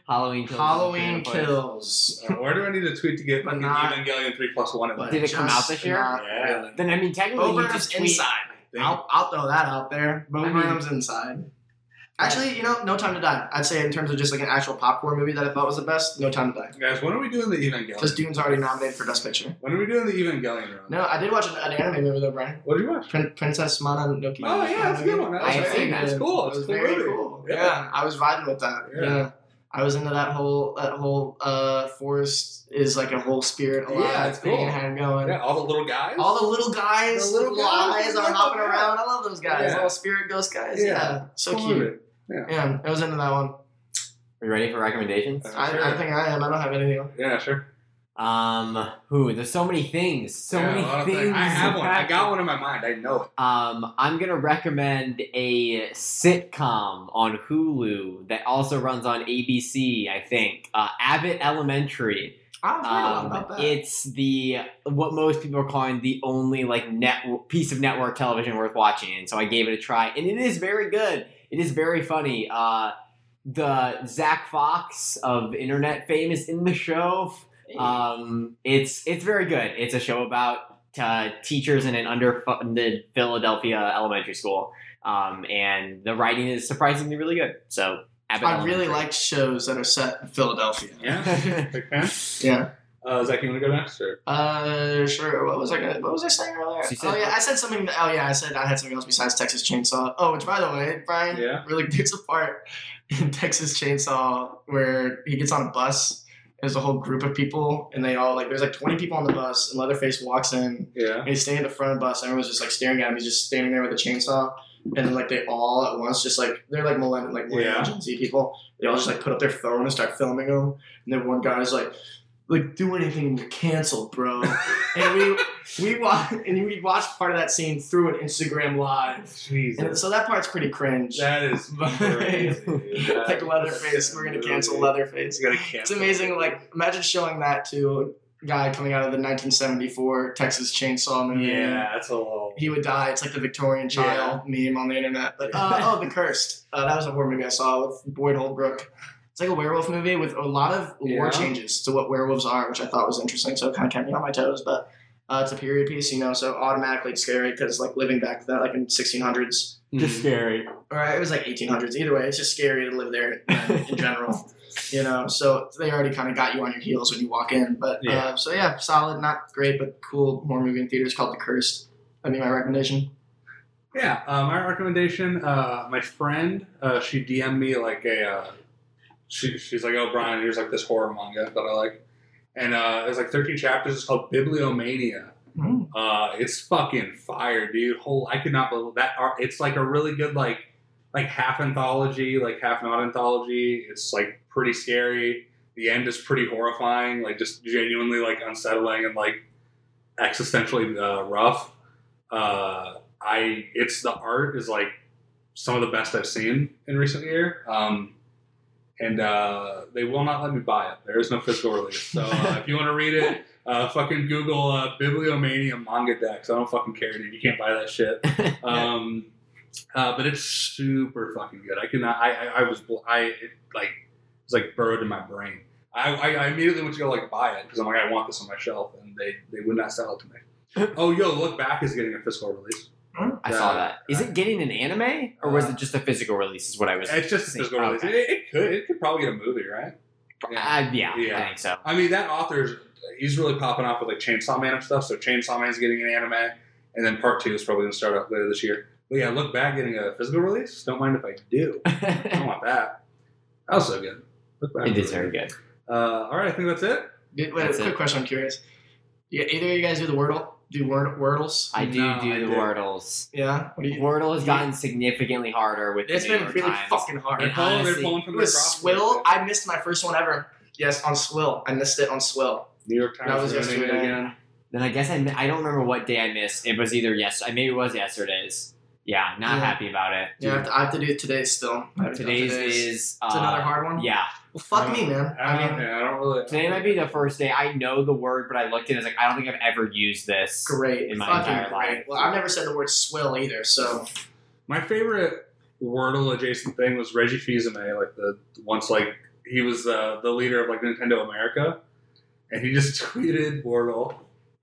B: Halloween Kills.
C: Halloween
B: is a good
C: kills.
A: Uh, Where do I need to tweet to get
C: But
A: fucking
C: not-
A: Evangelion 3 plus 1?
C: But
B: Did it come
C: just
B: out this year?
C: not-
A: Yeah.
B: place. Then I mean, technically,
C: Bo
B: you
C: Burnham's
B: just tweet.
C: inside. I'll, I'll throw that out there. Bo
B: I mean-
C: Burnham's inside. Actually, you know, No Time to Die. I'd say in terms of just like an actual popcorn movie that I thought was the best, No Time to Die.
A: Guys, when are we doing the Evangelion?
C: Because Dune's already nominated for Best Picture.
A: when are we doing the Evangelion round?
C: No, I did watch an, an anime movie though, Brian.
A: What did you watch?
C: Prin- Princess Mononoke.
A: Oh, yeah, that's a good one. That
C: That
B: I
C: was
B: have
C: very
B: seen that.
C: good.
A: It's cool.
C: It
A: It's
C: was
A: a cool
C: very
A: movie.
C: cool.
A: Yeah.
C: Yeah. I was vibing with that.
A: Yeah.
C: Yeah. I was into that whole that whole uh, forest is like a whole spirit alive
A: Yeah, it's
C: thing
A: cool.
C: I had going.
A: Yeah, all the little guys.
C: All the little guys,
A: The little guys,
C: eyes
A: I
C: are
A: love
C: hopping
A: them.
C: around. I love those guys.
A: Yeah.
C: All spirit ghost guys.
A: Yeah.
C: Yeah, so
A: Cool
C: cute.
A: movie.
C: Yeah, I was into that one.
B: Are you ready for recommendations?
A: Uh,
C: I,
A: sure.
C: I think I am. I don't have anything. else.
A: Yeah, sure.
B: Um, who? There's so many things. So
A: Yeah, a
B: many
A: lot of
B: things.
A: I have one. I got one in my mind. I know it.
B: Um, I'm gonna recommend a sitcom on Hulu that also runs on ABC. I think uh, Abbott Elementary.
C: I've heard a lot
B: Um,
C: about that.
B: it's the what most people are calling the only like net piece of network television worth watching, and so I gave it a try, and it is very good. It is very funny. Uh, the Zach Fox of internet fame is in the show.
A: uh,
B: Um, it's it's very good. It's a show about uh, teachers in an underfunded Philadelphia elementary school, um, and the writing is surprisingly really good. So Abbott
C: I really
B: Elementary.
C: like shows that are set in Philadelphia.
A: Yeah. Big fan.
C: Yeah.
A: Uh, Zach, you want to go next? Or?
C: Uh, sure. What was I gonna, What was I saying earlier?
B: She said-
C: oh yeah, I said something. That, oh yeah, I said I had something else besides Texas Chainsaw. Oh, which by the way, Brian
A: Yeah.
C: really takes apart in Texas Chainsaw where he gets on a bus. There's a whole group of people, and they all like. There's like 20 people on the bus, and Leatherface walks in,
A: Yeah.
C: and he's standing at the front of the bus. And everyone's just like staring at him. He's just standing there with a chainsaw, and then like they all at once just like they're like millennial, like millennial
A: Yeah.
C: Gen Z people. They all just like put up their phone and start filming him. And then one guy's like, like do anything, and you're canceled, bro. and we we watch and we watched part of that scene through an Instagram live. And
A: Jesus.
C: so that part's pretty cringe.
A: That is crazy. dude. That
C: like
A: is
C: Leatherface, we're gonna cancel
A: really-
C: Leatherface.
A: It's gonna
C: It's
A: cancel.
C: amazing. Like imagine showing that to a guy coming out of the 1974 Texas Chainsaw movie
A: Yeah, that's a little.
C: he would die. It's like the Victorian child meme on the internet. But uh,
B: Yeah.
C: oh, the cursed. Uh, that was a horror movie I saw with Boyd Holbrook. It's like a werewolf movie with a lot of lore
A: Yeah.
C: changes to what werewolves are, which I thought was interesting. So it kind of kept me on my toes. But uh, it's a period piece, you know, so automatically it's scary because like living back to that, like in 1600s
B: just scary.
C: or it was like 1800s. Either way, it's just scary to live there uh, in general. You know, so they already kind of got you on your heels when you walk in. But
A: Yeah.
C: uh, so yeah, solid, not great, but cool horror movie in theaters called The Cursed. That'd be my recommendation.
A: Yeah, uh, my recommendation. Uh, my friend, uh, she DM'd me like a. Uh, she, she's like, "Oh, Brian, here's like this horror manga that I like," and uh, it's like 13 chapters. It's called Bibliomania.
C: Mm.
A: Uh, it's fucking fire, dude. Whole, I could not believe that. Art, it's like a really good like, like half anthology, like half not anthology. It's like pretty scary. The end is pretty horrifying, like just genuinely like unsettling and like existentially uh, rough. Uh, I it's the art is like some of the best I've seen in recent year. Um, and uh, they will not let me buy it. There is no physical release. So uh, if you want to read it, uh, fucking Google uh, Bibliomania manga decks. I don't fucking care, dude. You can't buy that shit. Um, uh, but it's super fucking good. I cannot. I I, I was bl- I it, like it's like burrowed in my brain. I, I, I immediately went to go like buy it because I'm like I want this on my shelf, and they they would not sell it to me. oh yo, look back is getting a physical release.
B: I saw that. Is it getting an anime or was it just a physical release? Is what I was.
A: It's just a
B: thinking.
A: physical release.
B: Okay.
A: It, it could it could probably get a movie, right? Yeah.
B: Uh, yeah, I
A: Yeah.
B: think so.
A: I mean, that author's he's really popping off with like Chainsaw Man and stuff. So Chainsaw Man's getting an anime, and then part two is probably going to start up later this year. But yeah, look back getting a physical release. Don't mind if I do. I don't want that. That was so good. Look back.
B: it is very good.
A: Uh, all right, I think that's it.
C: Did, wait,
B: That's
C: quick
B: it.
C: question. I'm curious. Yeah, either of you guys do the Wordle? Do word, Wordles?
B: I do
A: No,
B: do
A: I
B: the
A: did.
B: Wordles.
C: yeah. What do you?
B: Wordle has gotten significantly harder with
C: It's
B: the New
C: been
B: York
C: really
B: Times.
C: fucking hard.
A: They're
B: And
A: pulling,
B: honestly,
A: they're pulling from
C: It
A: the
C: was
A: crossword.
C: Swill. I missed my first one ever. Yes, on Swill. I missed it on Swill.
A: New York Times.
C: That was
A: ruining it
C: yesterday.
A: again.
B: Then I guess I, mi- I don't remember what day I missed. It was either yes, I maybe it was yesterday's. Yeah, not
C: Yeah.
B: happy about it.
C: Yeah, I have, to, I have to do today still. I haven't done
B: Today's
C: today's.
B: is uh,
C: It's another hard one.
B: Yeah,
C: Well, fuck
A: Um,
C: me, man.
A: I
C: I
A: don't,
C: mean,
A: yeah, I don't really.
B: today might be the first day I know the word, but I looked at it I was like I don't think I've ever used this.
C: great.
B: In my
C: fucking
B: entire
C: great.
B: life.
C: Well, I've never said the word Swill either, so
A: My favorite Wordle adjacent thing was Reggie Fils-Aimé, like the once like he was uh, the leader of like Nintendo America, and he just tweeted Wordle.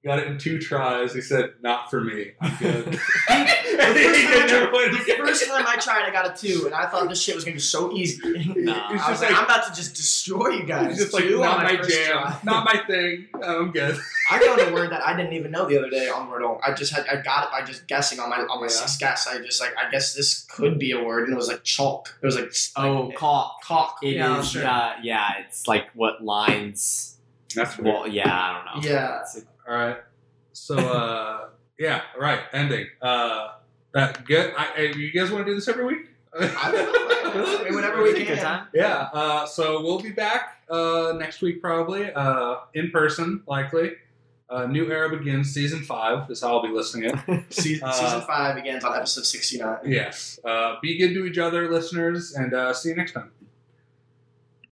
A: Got it in two tries. He said, "Not for me. I'm good." And he
C: first time I
A: didn't
C: tried-
A: ever play it
C: the
A: again.
C: first time I tried, I got a two, and I thought this shit was gonna be so easy.
B: Nah,
C: I
A: It's
C: was
A: just
C: like,
A: like-
C: I'm about to just destroy you guys.
A: He's just like,
C: two
A: "Not
C: on
A: my
C: first
A: jam.
C: try."
A: Not my thing. I'm good."
C: I found a word that I didn't even know the other day on Wordle. I just had I got it by just guessing on my on my
A: Yeah.
C: sixth guess. I just like I guess this could be a word, and it was like chalk. It was like s- like,
B: Oh, caulk.
C: cock.
B: It is.
C: yeah, sure.
B: uh, yeah, it's like what lines.
A: That's weird.
B: Well, yeah, I don't know.
C: yeah.
B: It's-
A: All right. So uh, yeah, right. Ending. Uh, that good. I, I- you guys want to do this every week?
C: I don't know. Whenever we
B: it's a
C: can.
B: good time.
A: Yeah, uh, so we'll be back uh, next week probably, uh, in person likely. Uh, New Era Begins Season 5 is how I'll be listening it.
C: Season,
A: Uh,
C: season five begins on episode sixty nine.
A: yes. Uh, be good to each other, listeners, and uh, see you next time.